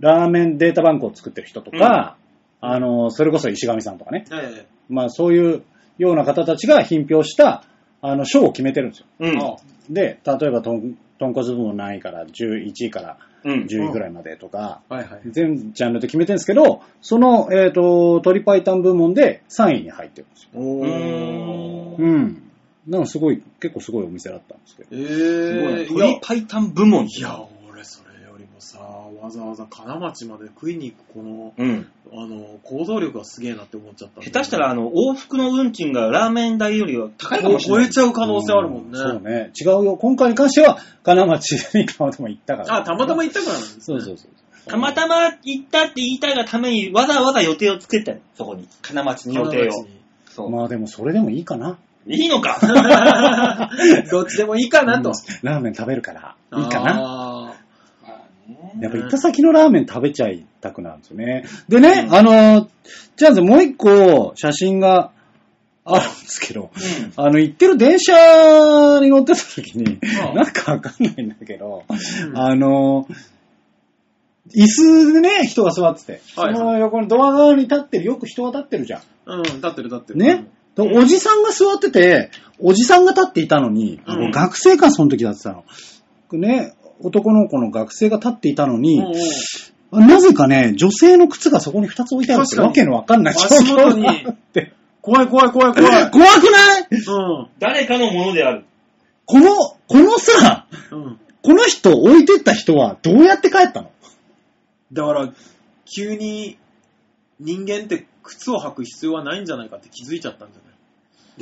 ラーメンデータバンクを作ってる人とか、あの、それこそ石上さんとかね。ねまあ、そういうような方たちが品評した、あの、賞を決めてるんですよ。うえん。あで、例えば、とん、豚骨部門何位から11位からうん。 10位ぐらいまでとか、はいはい。全ジャンルで決めてるんですけど、その、えっ、と、鶏白湯部門で3位に入ってるんですよおーー。うん。なんかすごい、結構すごいお店だったんですけど。えすごいねー、いや鶏、白湯部門。いや、俺それよりもさ、わざわざ金町まで食いに行くこの、うん。あの、行動力がすげえなって思っちゃった。下手したら、あの、往復の運賃がラーメン代よりは高いかもしれ超なえい。ちゃう可能性あるもんね。そうね。違うよ。今回に関しては、金町にたまたま行ったから。あ、たまたま行ったからなんです、ね。そうそうそう。たまたま行ったって言いたいがために、わざわざ予定を作ったの。そこに。金町に予定を。そう。まあでもそれでもいいかな。いいの かどっちでもいいかなと。ラーメン食べるから、いいかな。な。やっぱ行った先のラーメン食べちゃいたくなるんですよね。でね、あの、じゃあもう一個写真があるんですけど、あの、行ってる電車に乗ってた時に、うんなんかわかんないんだけど、あの、椅子でね、人が座ってて、はいはいその横のドア側に立ってる、よく人が立ってるじゃん。うん、立ってる立ってる。ね。でおじさんが座ってて、おじさんが立っていたのに、うん学生か、その時だってたの。ね、男の子の学生が立っていたのうん。にうん、うんなぜかね、女性の靴がそこに2つ置いてあるっ確てかにわけのわかんない状足元況にになって。怖い怖い怖い怖い。怖くない誰かのものである。この、このさ、うん。うん。この人置いてった人はどうやって帰ったのだから、急に人間って靴を履く必要はないんじゃないかって気づいちゃったんじ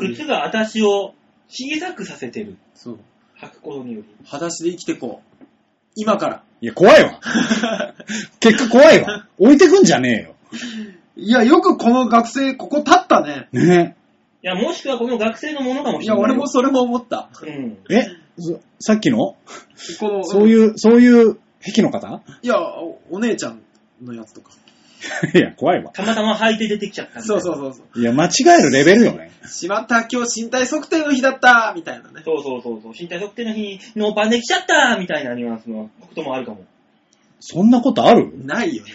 ゃない靴が私を小さくさせてる。そう。履くことにより。裸足で生きてこう。今から。いや、怖 いわ。結果怖いわ。置いてくんじゃねいや、よくこの学生、ここ立ったね。えよ。ねいや、もしくはこの学生のものかもいしれや、ない。俺も。それも思った。うん。え、そさっきのこの、そういう、そういう癖の方 いや、おお姉ちゃんのやつとか。いや、怖いわ。たまたま履いて出てきちゃったみたいなそうそうそうそう。いや、間違えるレベルよね。しまった、今日身体測定の日だったみたいなね。そうそうそうそう。身体測定の日にノーパンできちゃったみたいなニュアンスのこともあるかも。そんなことあるない よね。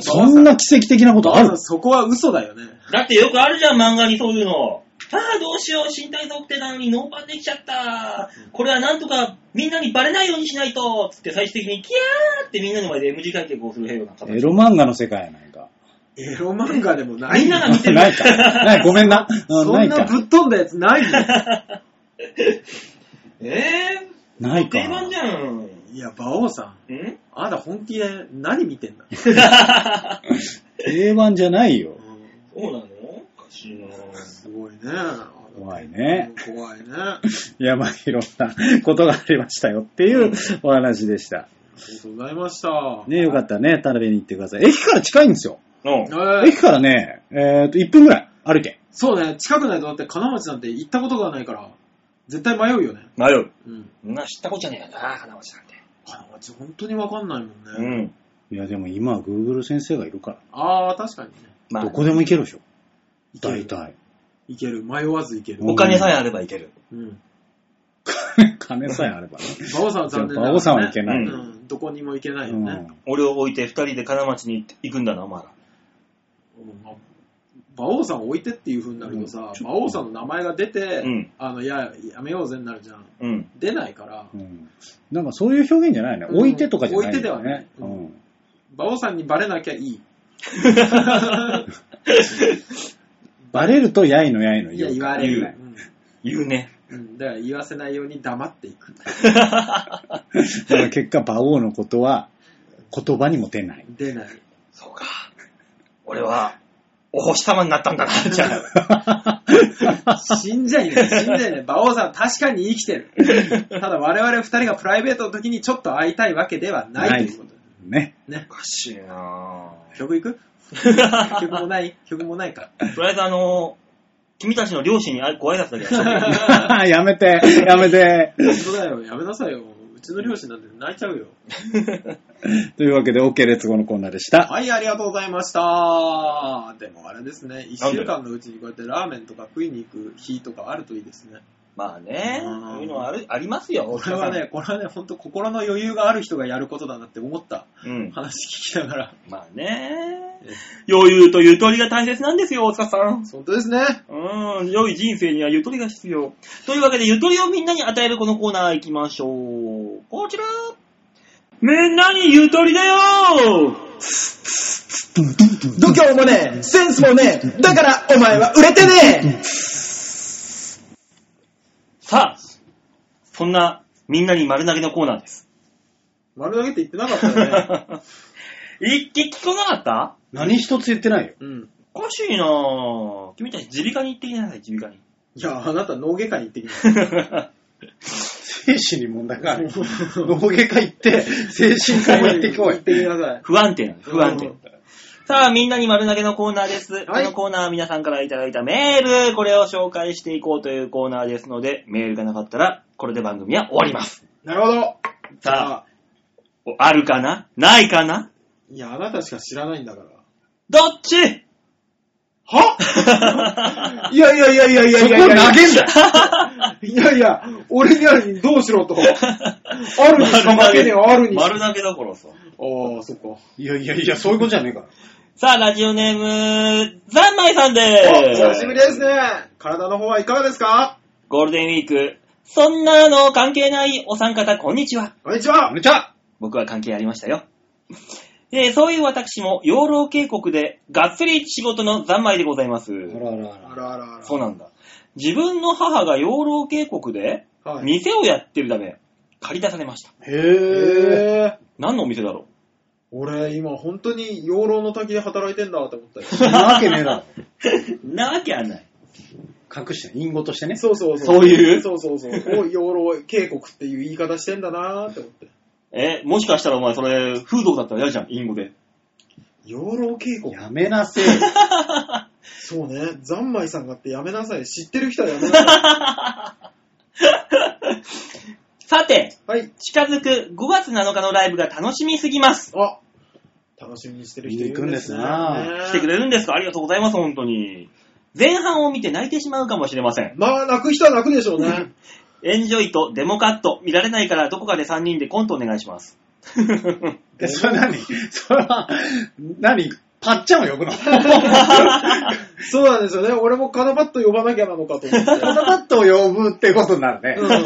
そんな奇跡的なことあるそこは嘘だよね。だってよくあるじゃん、漫画にそういうの。ああ、どうしよう、身体測定なのにノーパンできちゃった。これはなんとかみんなにバレないようにしないと、つって最終的にキャーってみんなの前で M 字開脚をするような形。エロ漫画の世界やない か。エロ漫画でもない。みんなが見てる。ないか。ない、ごめんな。うんそなんいなか。ぶっ飛んだやつない よ。ええない定番じか。ゃん。んいや、馬王さん。あなた本気で何見てんだ、定番じゃないよ。そうなのおかしいなすごいね。怖いね。怖いね。いや、まあ、いろんなことがありましたよっていうお話でした。ありがとうございました。ね、よかったらね、食べに行ってください。駅から近いんですよ。のえ。ー駅からね、えっと、1分ぐらい歩け。そうね、近くないとだって金町なんて行ったことがないから、絶対迷うよね。迷う。うん。そんな知ったことじゃねえよな、花町なんて。金町本当にわかんないもんね。うん。いや、でも今は Google 先生がいるかああ、確かにね。まら、あどこでも行けるでしょ。いける大体。いける。迷わずいける。お金さえあればいける。うん。金さえあればね。馬王さんは残念だ、ね。馬王さんは行けなないい。うん。どこにも行けないようね。ん俺を置いて二人で金町に行くんだな、お前ら。うんまあ馬王さんを置いてっていう風になるとさ、馬王さんの名前が出て、うんあの、いや、やめようぜになるじゃん。うん。出ないからう、ん。なんかそういう表現じゃないね。うん置いてとかじゃない、置ね。いてではないうん。馬王さんにバレなきゃいい。バレると、やいのやいのいや、言う言から。われ言うる。うん言うね。うん、だから言わせないように黙っていく。だから結果、馬王のことは、言葉にも出ない。出ない。そうか。俺は、お星様になったんだな、じゃ死んじゃいない。死んじゃいない。馬王さんは確かに生きてる。ただ我々二人がプライベートの時にちょっと会いたいわけではないないということで ね。おかしい な曲いく曲もない曲もないか。ぁ。とりあえずあの、君たちの両親にあご挨拶だけはしやめて、やめて。本当だよ。やめなさいよ。うちの両親なんて泣いちゃうよ。というわけで、OK 列語のコーナーでした。はい、ありがとうございました。でもあれですね、一週間のうちにこうやってラーメンとか食いに行く日とかあるといいですね。 まあね、うんそういうのはあるありますよ。これはね、これはね、本当心の余裕がある人がやることだなって思ったうん。話聞きな がら。まあね。 余裕とゆとりが大切なんですよ、大塚さん。本当ですね。うん、良い人生にはゆとりが必要。というわけで、ゆとりをみんなに与えるこのコーナー行きましょう。こちらみんなにゆとりだよ度胸もねえ、センスもねえ、だからお前は売れてねさあ、そんなみんなに丸投げのコーナーです。丸投げって言ってな かったよね。 一気聞こなかった何一つ言ってないよ。うん。おかしいなぁ。君たち耳鼻科に行ってきなさい、耳鼻科に。いや、あなた脳外科に行ってきました。精神に問題がある。脳外科行って、精神科も行 ってこ行いっ。てきなさ い。不安定なんです、不安定。さあ、みんなに丸投げのコーナーです。はいこのコーナーは皆さんからいただいたメール、これを紹介していこうというコーナーですので、メールがなかったら、これで番組は終わります。なるほど。さあ、おあるかなないかないや、あなたしか知らないんだから。どっち はいやいやいやいやいやいやいや。投げんだ いやいや、俺にあるにどうしろと。あるにしか負けねえよ、あるにしか。丸投げだからさ。ああ、そっか。いやいやいや、そういうことじゃねえから。さあ、ラジオネーム、ざんまいさんでおす。久しぶりですね。体の方はいかがですかゴールデンウィーク、そんなの関係ないお三方、こんにちは。こんにちは。めちゃ僕は関係ありましたよ。えーそういう私も養老渓谷でがっつり仕事の三昧でございます。あらあらああら。らあらあら。そうなんだ。自分の母が養老渓谷ではい。店をやってるため借り出されました。へえ。へえ。何のお店だろ俺、今、本当に養老の滝で働いてんだって思ったよ。そんなわけねえだろ。うなわけはない。隠して、隠語としてね。そうそうそう。そういうそうそうそう。おい養老渓谷っていう言い方してんだなーって思って。え、もしかしたらお前それ、風俗だったら嫌じゃん、隠語で。養老渓谷やめなせえ。そうね。ざんまいさんがってやめなさい。知ってる人はやめなさい。さて、はい。近づく5月7日のライブが楽しみすぎます。あ、楽しみにしてる人いるんですね。見に行くんですな来てくれれるんですかありがとうございます、本当に。前半を見て泣いてしまうかもしれません。まあ、泣く人は泣くでしょうね。エンジョイとデモカット、見られないからどこかで3人でコントお願いします。 え、それ何それは、何パッチャンを呼ぶのそうなんですよね。俺もカナパッと呼ばなきゃなのかと思って。 パタパッと呼ぶってことになるね。うん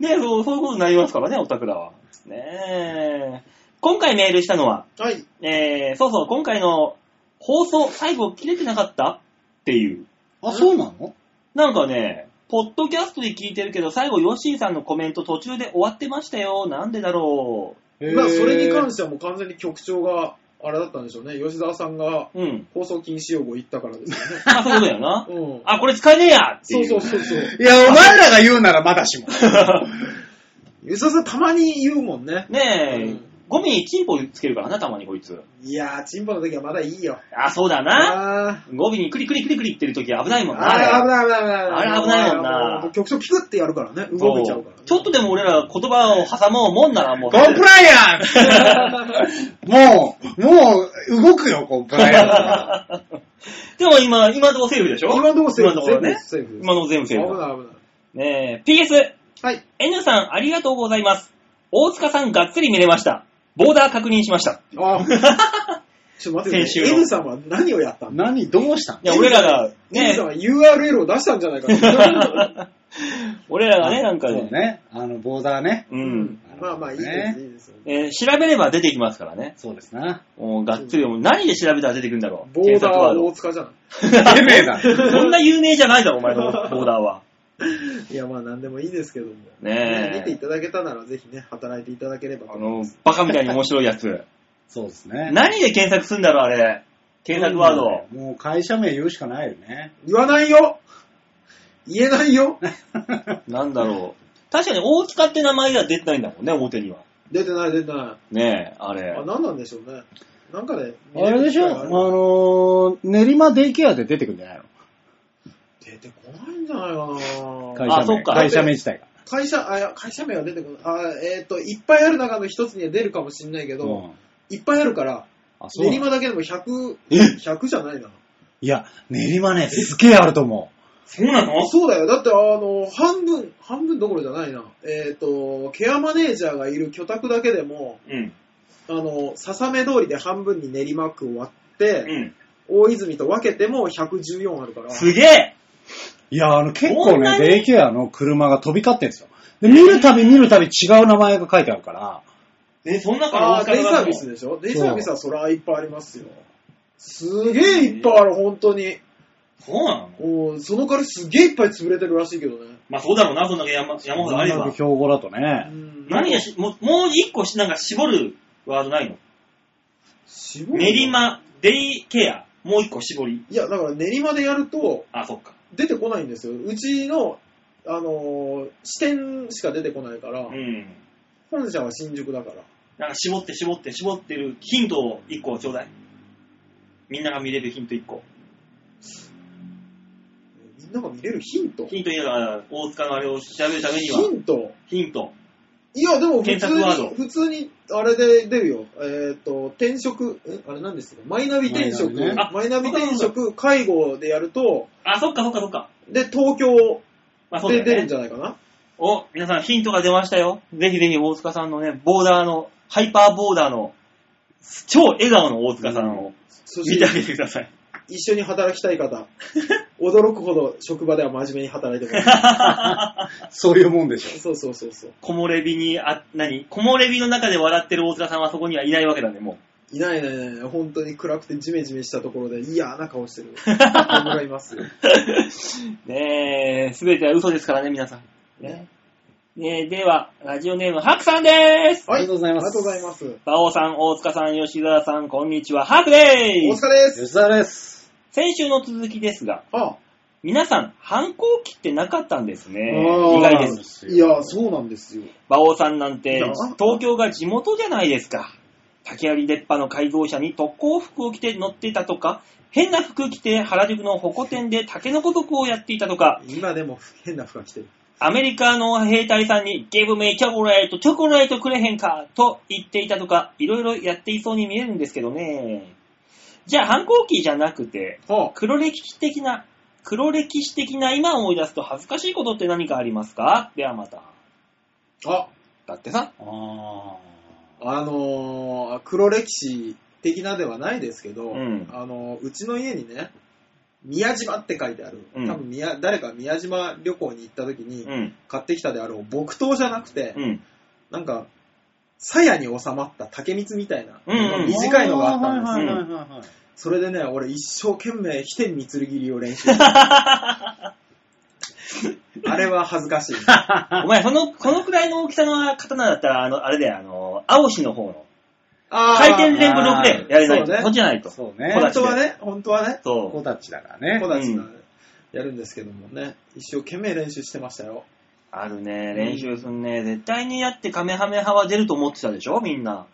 ねそう、そういうことになりますからね、オタクらは。ねえ。今回メールしたのは、はい。えー、そうそう、今回の放送、最後切れてなかったっていう。あ、そうなのなんかね、ポッドキャストで聞いてるけど、最後、ヨッシーさんのコメント途中で終わってましたよ。なんでだろまあ、それに関してはもう完全に局長が、あれだったんでしょうね。吉沢さんがう。うん。放送禁止用語言ったからですよね。あ、そういうことだよ な。うん。あ、これ使えねえやってそいうう。そうそうそう。いや、お前らが言うならまだしも。吉沢さんたまに言うもんね。ねえ、うんゴミにチンポつけるからな、たまにこいつ。いやー、チンポの時はまだいいよ。あ、そうだな。あー。ゴミにクリクリクリクリってる時危ないもんな。あれあ危れない危ない危ない。あれ危ないもんなもう局長聞くってやるからね。動そういちゃうから、ね。ちょっとでも俺ら言葉を挟もうもんならもう。コンプライアンスもう、もう、動くよ、コンプライアンでも今、今のところセーフでしょ 今どうせ今のところね。セーフです今のところ全部セセーーフフ危だ。ない危ない。ねえ、PS、はい。 N さんありがとうございます。大塚さんがっつり見れました。ボーダー確認しました。あちょっと待っ て先週くだのさい。N さんは何をやったんだ何、どうしたんいや、俺らが、 ?N ねさん、は URL を出したんじゃないか な。俺らがね、なんかそうね、ね。あの、ボーダーね。う。。うんまあまあ、いいです、いいです。えー調べれば出てきますからね。そうですな。もう、がっつり、もう何で調べたら出てくるんだろう。ボーダ検索ワーー大ド。塚じゃん。出ねえだろ。 そんな有名じゃないだろ、お前 のボーダーは。いや、まあ、なんでもいいですけども。ね見ねていえ。ただけたなら、ぜひね、働いていただければとあの、バカみたいに面白いやつ。 そうですね。何で検索すんだろう、あれ。検索ワード。もう会社名言うしかないよね。言わないよ言えないよなんだろう。確かに大塚って名前が出てないんだもんね、表には。出てない、出てない。ねえ、あれあ、。何なんでしょうね。なんかで見あれるで機しょ会あがある、のー、練馬デイケアで出てくるんじゃないの出てこないんじゃないか会な社名。あそっか会社名自体が。会社、あ、いや会社名は出てこない。あ、えっ、と、いっぱいある中の一つには出るかもしれないけど、ん。いっぱいあるから、あ、そうな練の。馬だけでも100、100じゃないな。いや、練馬ね、すげえあると思そうなのそうだよ。だって、あの、半分、半分どころじゃないな。えっ、と、ケアマネージャーがいる居宅だけでも、うん。あの、笹目通りで半分に練馬区を割って、うん。大泉と分けても114あるから。すげえう。いや、あの、そ結構んなね、にデイケアの車が飛び交ってんですよ。で、見るたび見るたび違う名前が書いてあるから、え、そんなああ、デイサービスでしょデイサービスはそりゃいっぱいありますよ。すげえいっぱいある、本当に。そうなのおーその彼すげえいっぱい潰れてるらしいけどね。まあそうだろうな、そんだけ山山ほどあれこんだばけ。標語だとうね、ん何がし、もう、もう一個し、なんか絞るワードないの絞るの練馬、デイケア、もう一個絞り。いや、だから練馬でやるとあ、そっか。出てこないんですよ。うちの、あのー支店しか出てこないから、うん。本社は新宿だから。なんか絞って絞って絞ってるヒントを一個ちょうだい。みんなが見れるヒント一個。みんなが見れるヒントヒント言えば、大塚のあれを調べるためにヒは、ントヒント。いや、でも普検通索ワードに、普通に、あれで出るよ。えっ、と、転職、えあれなんですかマイナビ転職、マイナねビマイナビ転職、介護でやると、あ、そっかそっかそっか。で、東京まあそうだでよ出るねんじ。ゃないかな。お、皆さんヒントが出ましたよ。ぜひぜひ大塚さんのね、ボーダーの、ハイパーボーダーの、超笑顔の大塚さんをそ見てあして、げてください。一緒に働きた い方、驚くほど職場では真面目に働いてます。そういうもんでしょ。そうそうそうそう。木漏れ日に、あ、何木漏れ日の中で笑ってる大塚さんはそこにはいないわけだね、もいないいないいない、本当に暗くてジメジメしたところで嫌な 顔してる。子がいますよ。う。 ねえ、すべては嘘ですからね、皆さん。ねねえ、では、ラジオネーム、ハクさんでーすはいありがとうございますありがとうございます。馬王さん、大塚さん、吉沢さん、こんにちは、ハクでおー疲すれです。吉沢です。先週の続きですが、あ、皆さん、反抗期ってなかったんですね。あー意外です。いや、そうなんですよ。馬王さんなんてなあ、東京が地元じゃないですか。竹槍出っ歯の改造車に特攻服を着て乗っていたとか、変な服着て原宿の保護店で竹の子族をやっていたとか、今でも変な服が着てる。アメリカの兵隊さんに、ゲブメイチョコレート、チョコレートくれへんか、と言っていたとか、いろいろやっていそうに見えるんですけどね。じゃあ反抗期じゃなくて、は黒歴史的な、黒歴史的な今思い出すと恥ずかしいことって何かありますかではまた。あ、あ、だってさ、ああのー、黒歴史的なではないですけど、うんあのーうちの家にね、宮島って書いてある。うん多分宮、誰か宮島旅行に行った時にうん、買ってきたであろう木刀じゃなくて、うん、なんか、鞘に収まった竹光みたいな、うんうん短いのがあったんですよはいはいはいはいはいそれでね、俺一生懸命飛天三剣切りを練習した あれは恥ずかしい。お前、その、このくらいの大きさの刀だったら、あの、あれだよ、あの、青しの方の。あー回転連ブロックでやれないそうと。ねそっちじゃないと。そうほね。ら本当はね、 本当はね、そ子たちだから子ね。たちがやるんですけどもね、一生懸命練習してましたよ。う。あるね、練習すんね。絶対にやってカメハメ派は出ると思ってたでしょみんな。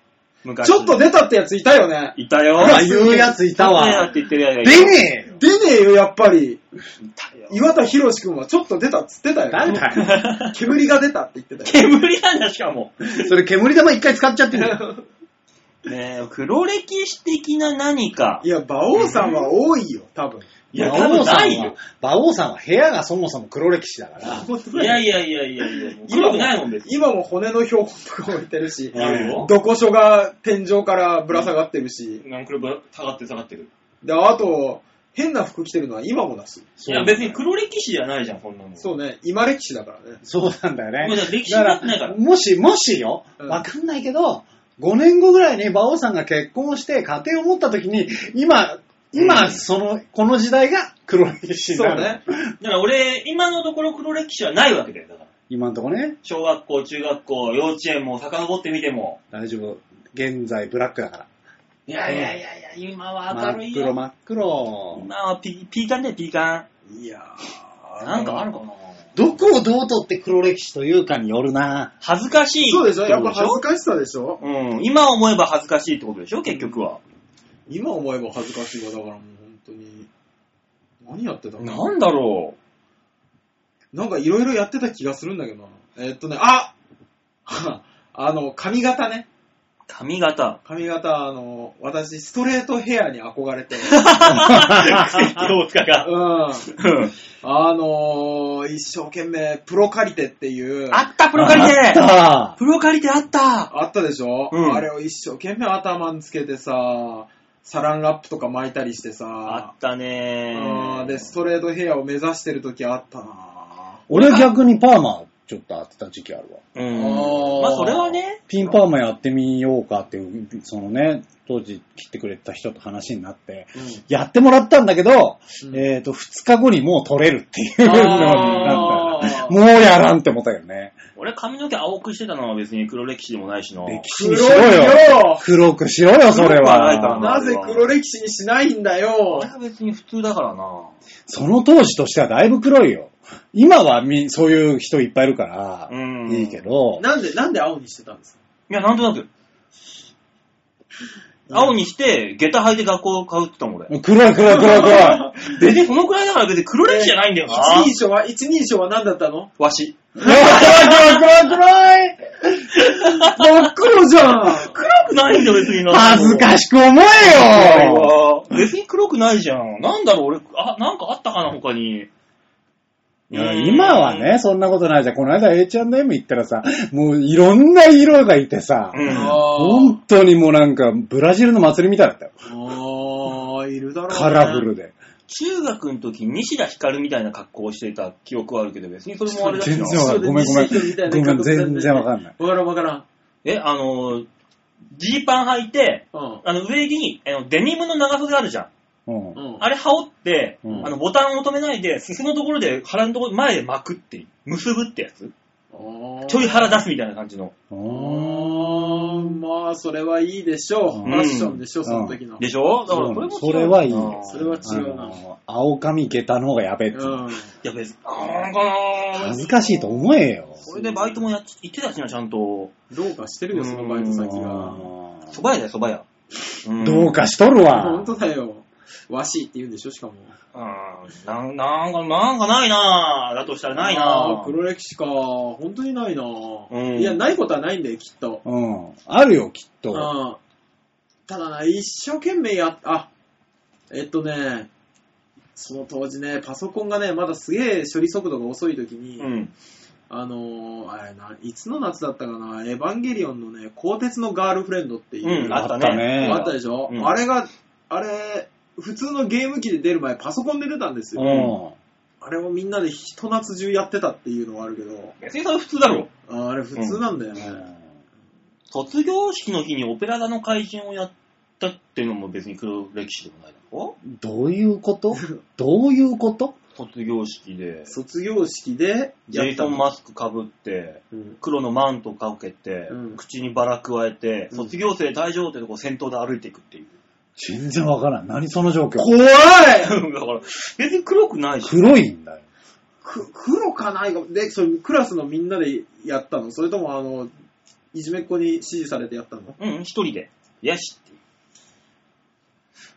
昔。ちょっと出たってやついたよね。いたよ。ほら、言うやついたちょっと出たっわ。て言ってるやつがいた出ねえよ出ねえよ、やっぱり。いたよ。岩田博士くんはちょっと出たっつってたよ。誰だよ。煙が出たって言ってた よ。煙なんだ、しかも。それ煙玉一回使っちゃってるよ。ねえ、黒歴史的な何かい。や、馬王さんは多いよ、多分。いいや、馬多王分さなんいはよ。、馬王さんは部屋がそもそも黒歴史だから、いやいやいやいやいや、もう黒くないもん別に。今も骨の標本とか置いてるし、あるよ。どこ所が天井からぶら下がってるし、なんか黒く下がってる下がってる。で、あと、変な服着てるのは今もだし。いや、別に黒歴史じゃないじゃん、こんなもん。そうね、今歴史だからね。そうなんだよもうねだから。歴史になってないからだもし、もしよ、うんわかんないけど、5年後ぐらいに馬王さんが結婚して家庭を持った時に、今、う今、んその、この時代が黒歴史にそうなる。ね。だから俺、今のところ黒歴史はないわけだよ。だから。今んとこね、小学校、中学校、幼稚園も遡ってみても。大丈夫。現在ブラックだから。いやいやいやいや、今は真明るっい黒よ。真っ黒。今はピピーカンだよ、ピーカいやン。ーなんかあるかなどこをどうとって黒歴史というかによるな恥ずかしい。そうでしょやっぱ恥ずかしさでしょうん。今思えば恥ずかしいってことでしょ結局は。今思えば恥ずかしいわ。だからもう本当に。何やってたのなんだろなんかいろいろやってた気がするんだけどな。えーっとね、あ あの、髪型ね。う。髪 型。髪型、あの、私、ストレートヘアに憧れ て。大塚が。うん。あのー、一生懸命、プロ借りてっていう。あった、プロ借りあってたプロ借りてあったあったでしょ、うんあれを一生懸命頭につけてさ、サランラップとか巻いたりしてあさ、ったうねんで、ストレートヘアを目指してる時あったな俺逆にパーマちょっと当てた時期あるわ。うん。あーまあ、それはね。ピンパーマやってみようかっていう、そのね、当時切ってくれてた人と話になって、やってもらったんだけど、うんえっ、と、2日後にもう取れるっていうのに なあったよーねもうやらんって思ったよね。俺髪の毛青くしてたのは別に黒歴史でもないしな。歴史にしろよ。黒くしろよ、それ黒くはないからは。ななぜ黒歴史にしないんだよ俺は別に普通だからな。その当時としてはだいぶ黒いよ。今はみ、そういう人いっぱいいるから、うんいいけど、なんで、なんで青にしてたんですかいや、なんとなく。青にして、下駄履いて学校通ってたもん、俺。黒い黒い黒い黒い。 別にそのくらいだから別に黒歴史じゃないんだよな一。人称は、一人称は何だったのわし。黒い黒い黒 い真っ黒じゃん暗くないんだよ、別にな。恥ずかしく思いえよよ。別に黒くないじゃん。なんだろう、俺、あ、なんかあったかな、他に。いや今はね、そんなことないじゃん。この間 H&M 行ったらさ、もういろんな色がいてさ、うん。あ本当にもうなんかブラジルの祭りみたいだったよ。ーあー、いるだろう、ね。カラフルで。中学の時、西田ひかるみたいな格好をしていた記憶はあるけど、別にそれもあれだし全然な。わかんない。ごめんごめ一緒みたいなん。ごめん、格好されて全然わかんない。わからんわからん。え、あの、ジーパン履いて、うん。あの、上着に、あのデニムの長袖あるじゃん。うんう。ん。あれ羽織って、うんあの、ボタンを止めないで、裾のところで、腹のところ、前で巻くっていう、結ぶってやつちょい腹出すみたいな感じの。あーまあ、それはいいでしょう。うんファッションでしょ、その時の。でしょだからそうそれも違うそれはいいよあーそれは違うあな。の青髪下駄の方がやべえって。うん。いや別に、あーかなー恥ずかしいと思えよ。それでバイトもやっ行ってたしな、ちゃんと。どうかしてるよ、そのバイトあ先が。ー蕎麦屋だよ、蕎麦屋。うんどうかしとるわ本。当だよ。わしって言うんでしょ、しかも。うんなんなんか、なんかないなぁ。だとしたらないなあーぁ。黒歴史か。本当にないな。んいや、ないことはないんだよ、きっと。うん。あるよ、きっうと。ん。ただな、一生懸命やっ、あ、えっとね、その当時ね、パソコンがね、まだすげえ処理速度が遅い時に、うん。あのー、あれな、いつの夏だったかな、エヴァンゲリオンのね、鋼鉄のガールフレンドっていう、うん、ああったね。ったでしょ、うんあれが、あれ、普通のゲーム機で出る前、パソコンで出たんですうよ。ん。あれをみんなでひと夏中やってたっていうのはあるけど、別にそれ普通だろ。ああれ普通なんだよね。卒業式の日にオペラ座の怪人をやったっていうのも別に黒歴史でもないだろどういうことどういうこと卒業式で、卒業式でジェイソンマスクかぶって、うん黒のマントかけて、うん口にバラ加えて、うん卒業生退場ってとこ先頭で歩いていくっていう。全然わからん。何その状況怖い だから、別に黒くないし。黒いんだよ。く黒かないかで、それクラスのみんなでやったのそれともあの、いじめっ子に指示されてやったのうん、一人で。よしってい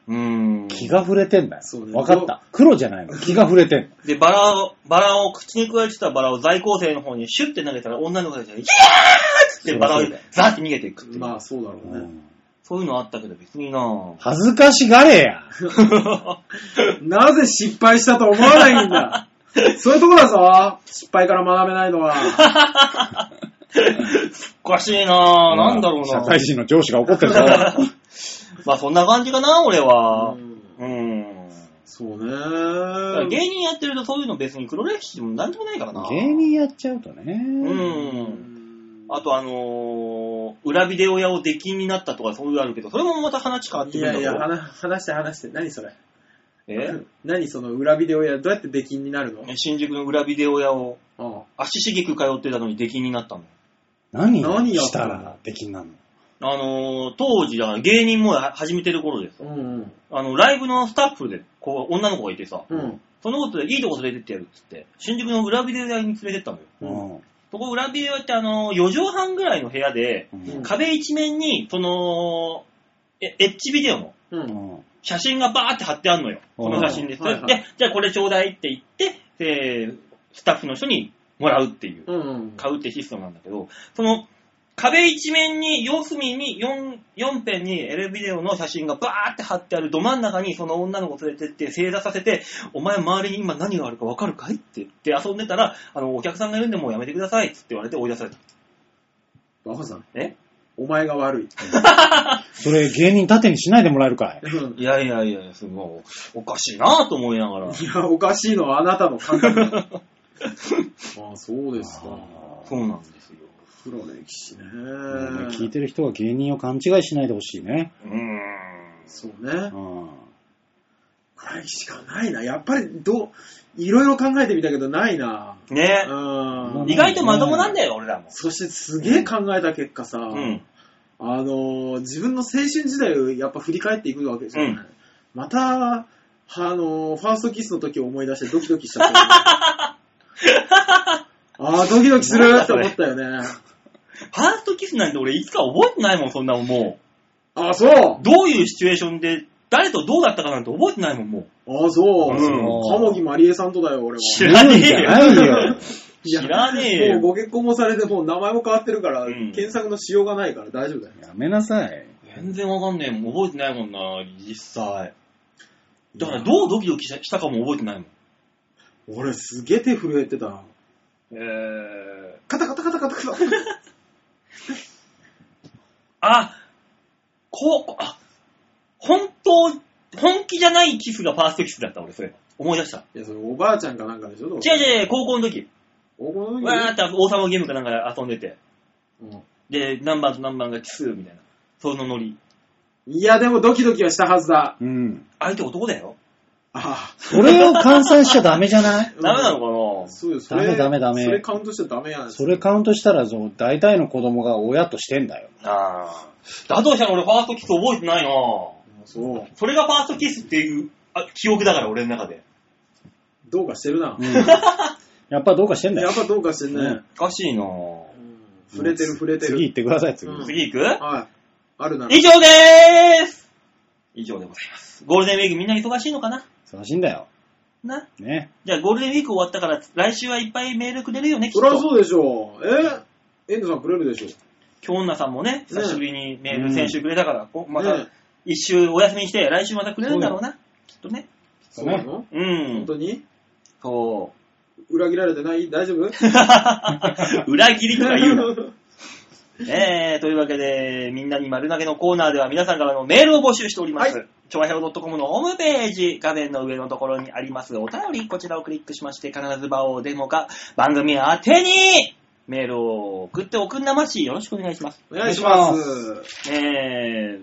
う。うーん。気が触れてんだよそう。ねわかった。黒じゃないの。気が触れてんの。で、バラを、バラを、口に加えてたバラを在校生の方にシュッて投げたら女の子たちが、イヤーっつってバラをそうそうザーって逃げていくっていう。まあそうだろうね。うんそういうのあったけど別になぁ。恥ずかしがれや。なぜ失敗したと思わないんだ そういうとこだぞ失敗から学べないのは。おかしいなぁ。なんだろう社な会人の上司が怒って るぞ。まあそんな感じかな、俺は。うん。そうだからね芸人やってるとそういうの別に黒歴史でもなんでもないからな。芸人やっちゃうとうね。ん。あとあのー、裏ビデオ屋を出禁になったとかそういうのあるけど、それもまた話変わっていくるんやだいけや、ど。話話して話して。何それえ何その裏ビデオや、どうやって出禁になるの新宿の裏ビデオ屋をあ足しげく通ってたのに出禁になったの。何何やっしたたのらできんなのあのー、当時だ、芸人も始めてる頃です。あうんあの、ライブのスタッフで、こう、女の子がいてさ、うん。うん。そのことでいいとこ連れてってやるっつって、新宿の裏ビデオ屋に連れてったのよ。うんそこ裏ビデオ屋ってあの、4畳半ぐらいの部屋で、うん壁一面に、その、えエッジビデオのう。うんん写真がバーって貼ってあんのよ。この写真です。はいはいで、じゃあこれちょうだいって言って、えースタッフの人にもらうっていう、うん。買うってシステムなんだけど、その、壁一面に、四隅に4、4辺にエレビデオの写真がバーって貼ってあるど真ん中にその女の子連れてって正座させて、お前周りに今何があるかわかるかいって言って遊んでたら、あの、お客さんがいるんでもうやめてくださいっつって言われて追い出された。バカさん。えお前が悪い。それ芸人盾にしないでもらえるかいう んいやいやいや、すごい、おかしいなぁと思いなが ら。いや、おかしいのはあなたの感覚だ。ああ、そうですか。そうなんですよ。黒歴史ね。聞いてる人は芸人を勘違いしないでほしいね。うーん。そうねう。ん暗いしかないな。やっぱり、どう、いろいろ考えてみたけど、ないな。ねううんん。意外とまともなんだよ、俺らも。そしてすげえ考えた結果さ、うん。あのー自分の青春時代をやっぱ振り返っていくわけじゃない。うんまた、あのーファーストキスの時を思い出してドキドキしちゃった。 ああ、ドキドキするって思ったよファね。ーストキスなんて俺いつか覚えてないもん、そんなもんもああ、そうう。どういうシチュエーションで、誰とどうだったかなんて覚えてないもん、もう。ああ、そうう。んカモギマリエさんとだよ、俺は。知らねえよ言うんじゃないよ。いや知らねえよもうご結婚もされて、もう名前も変わってるから、うん検索のしようがないから大丈夫だよ。やめなさい。全然わかんねえもん、覚えてないもんな、実際。だからどうドキドキしたしたかも覚えてないもん。俺すげえ手震えてた。えー、カタカタカタカタカ タ。あ、こう、あ、本当、本気じゃないキスがファーストキスだった、俺、それ。思い出した。いや、それおばあちゃんかなんかでしょどう違う違う、高校の時。お好みわーって王様ゲームかなんか遊んでて。うんで、何番と何番がキスみたいな。そのノリ。いや、でもドキドキはしたはずだ。うん。相手男だよ。あそれを換算しちゃダメじゃないうんダメなのあ、かそうです。ダメそれダメダメそれカウントしちゃダメやん。それカウントしたら、そう大体の子供が親としてんだよ。なあーだとしたら俺ファーストキス覚えてないなそう。それがファーストキスっていうあ記憶だから俺の中で。どうかしてるなう。ん やっぱどうかしてんだやよっ。ぱどうかしてるね。おかしいなうん触れてる触れて次る。行ってください、次。うん次行くはい。あるなら以。上でーす以上でございます。ゴールデンウィークみんな忙しいのかな忙しいんだよ。なね。じゃあゴールデンウィーク終わったから来週はいっぱいメールくれるよね、きっそりゃと。そうでしょう。え遠藤さんくれるでしょ今日女さんもね、久しぶりにメーうルん先週くれたから、こうまねた一周お休みして来週またくれるんだろうな。きっとね。そうなのう本ん。当にそ裏切られてない大丈夫う。 裏切りとか言うな。えー、というわけで、みんなに丸投げのコーナーでは皆さんからのメールを募集しております。はちょわひょう .com のホームページ、画面の上のところにありますお便り、こちらをクリックしまして、必ず場をデモか、番組宛てに、メールを送っておくんなまし、よろしくお願いします。 お願いします。えー、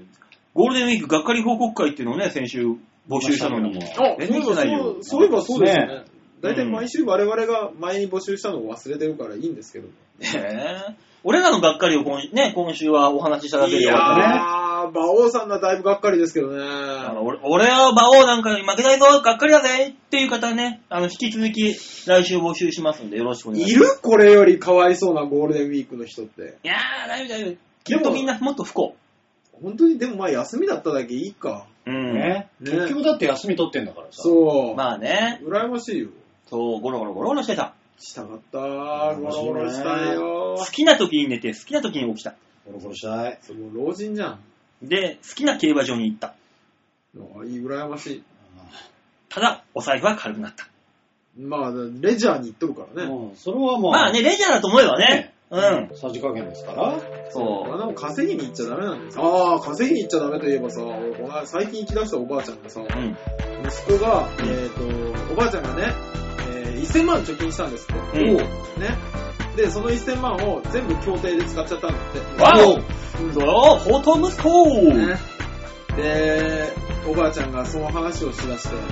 ゴールデンウィークがっかり報告会っていうのをね、先週募集したのに。あ、全然来ないよそういえばそうそういえばそうですよねね。大体毎週我々が前に募集したのを忘れてるからいいんですけど。 えー俺らのがっかりを今,、ね、今週はお話ししただけいでよやかったね。ー、馬王さんがだいぶがっかりですけどね。あの俺俺は馬王なんかに負けないぞ、がっかりだぜっていう方ね、あの、引き続き来週募集しますんでよろしくお願いいします。るこれよりかわいそうなゴールデンウィークの人って。いやー、大丈夫大丈夫。きっとみんなもっと不幸。本当にでもまあ休みだっただけいいか。うん。ね。ね結局だって休み取ってんだからさ。そう。まあね、羨ましいよ。そう、ゴロゴロゴロゴロしてた。したかったー。ゴロゴロしたいよ好きな時に寝て、好きな時に起きた。ゴロゴロしたい。ー。もう老人じゃん。で、好きな競馬場に行った。あいい、羨ましただ、お財布は軽くなった。い。まあ、レジャーに行っとるからね。もうそれはまあ、まあね、レジャーだと思えばね。うん。さじ加減ですから。そう。体を稼ぎに行っちゃダメなんですああ、稼ぎに行っちゃダメといえばさ、俺この間最近行き出したおばあちゃんがさ、うん。息子が、えっ、と、おばあちゃんがね、えー1000万貯金したんですって。うんね。で、その1000万を全部協定で使っちゃったんだって。わおおそう、宝刀息子ね、で、おばあちゃんがその話をしだして、で、う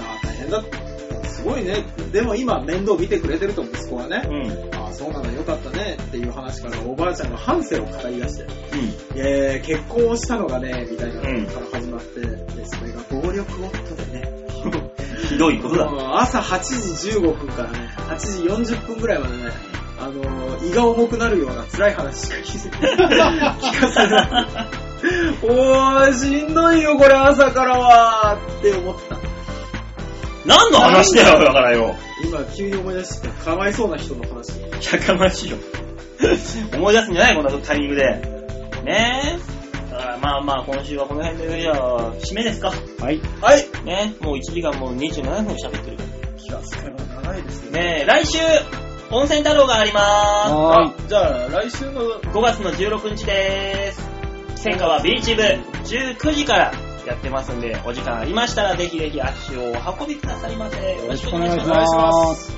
あ、大変だって。すごいね。でも今面倒見てくれてると息子はね。ん。うん。うん。ああ、そうなのよかったねっていう話からおばあちゃんが半生を語り出して、えー、結婚をしたのがね、みたいなのから始まって、で、それが暴力夫でね。ひどいことだ。もう朝8時15分からね、8時40分ぐらいまでね、あのー胃が重くなるような辛い話しか聞いて聞かされない。おー、しんどいよ、これ朝からはって思ってた。何の話だよ、だからよ。今、急に思い出してた、かわいそうな人の話。やかましいよ。思い出すんじゃないこんなタイミングで。ねえ。だからまあまあ、今週はこの辺で、じゃあ、締めですか。はい。はい。ねもう1時間もう27分喋ってるか気がつけば長いですら。。ねえ、来週、温泉太郎がありまはじゃあ、来週のーす。5月の16日でーす。戦火はビーチ部、19時からやってますんで、お時間ありましたら、ぜひぜひ足をお運びくださいませ。よい。よろろししくくおお願い願いしします。ます。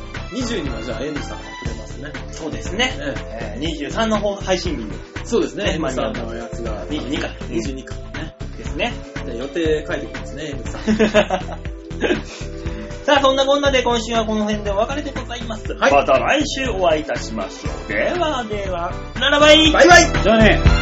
20にはじゃあ、エムさんがくれますね。そうですね。ええー23の方配信日そうですねね、エムさんのやつが。 22か22か。ね。ですね。 じゃあ予定書いてきますね、エムさん。さあ、そんなこんなで今週はこの辺でお別れでございます。また来週お会いいたしましょう。ではでは、ならばいバイバイじゃあね。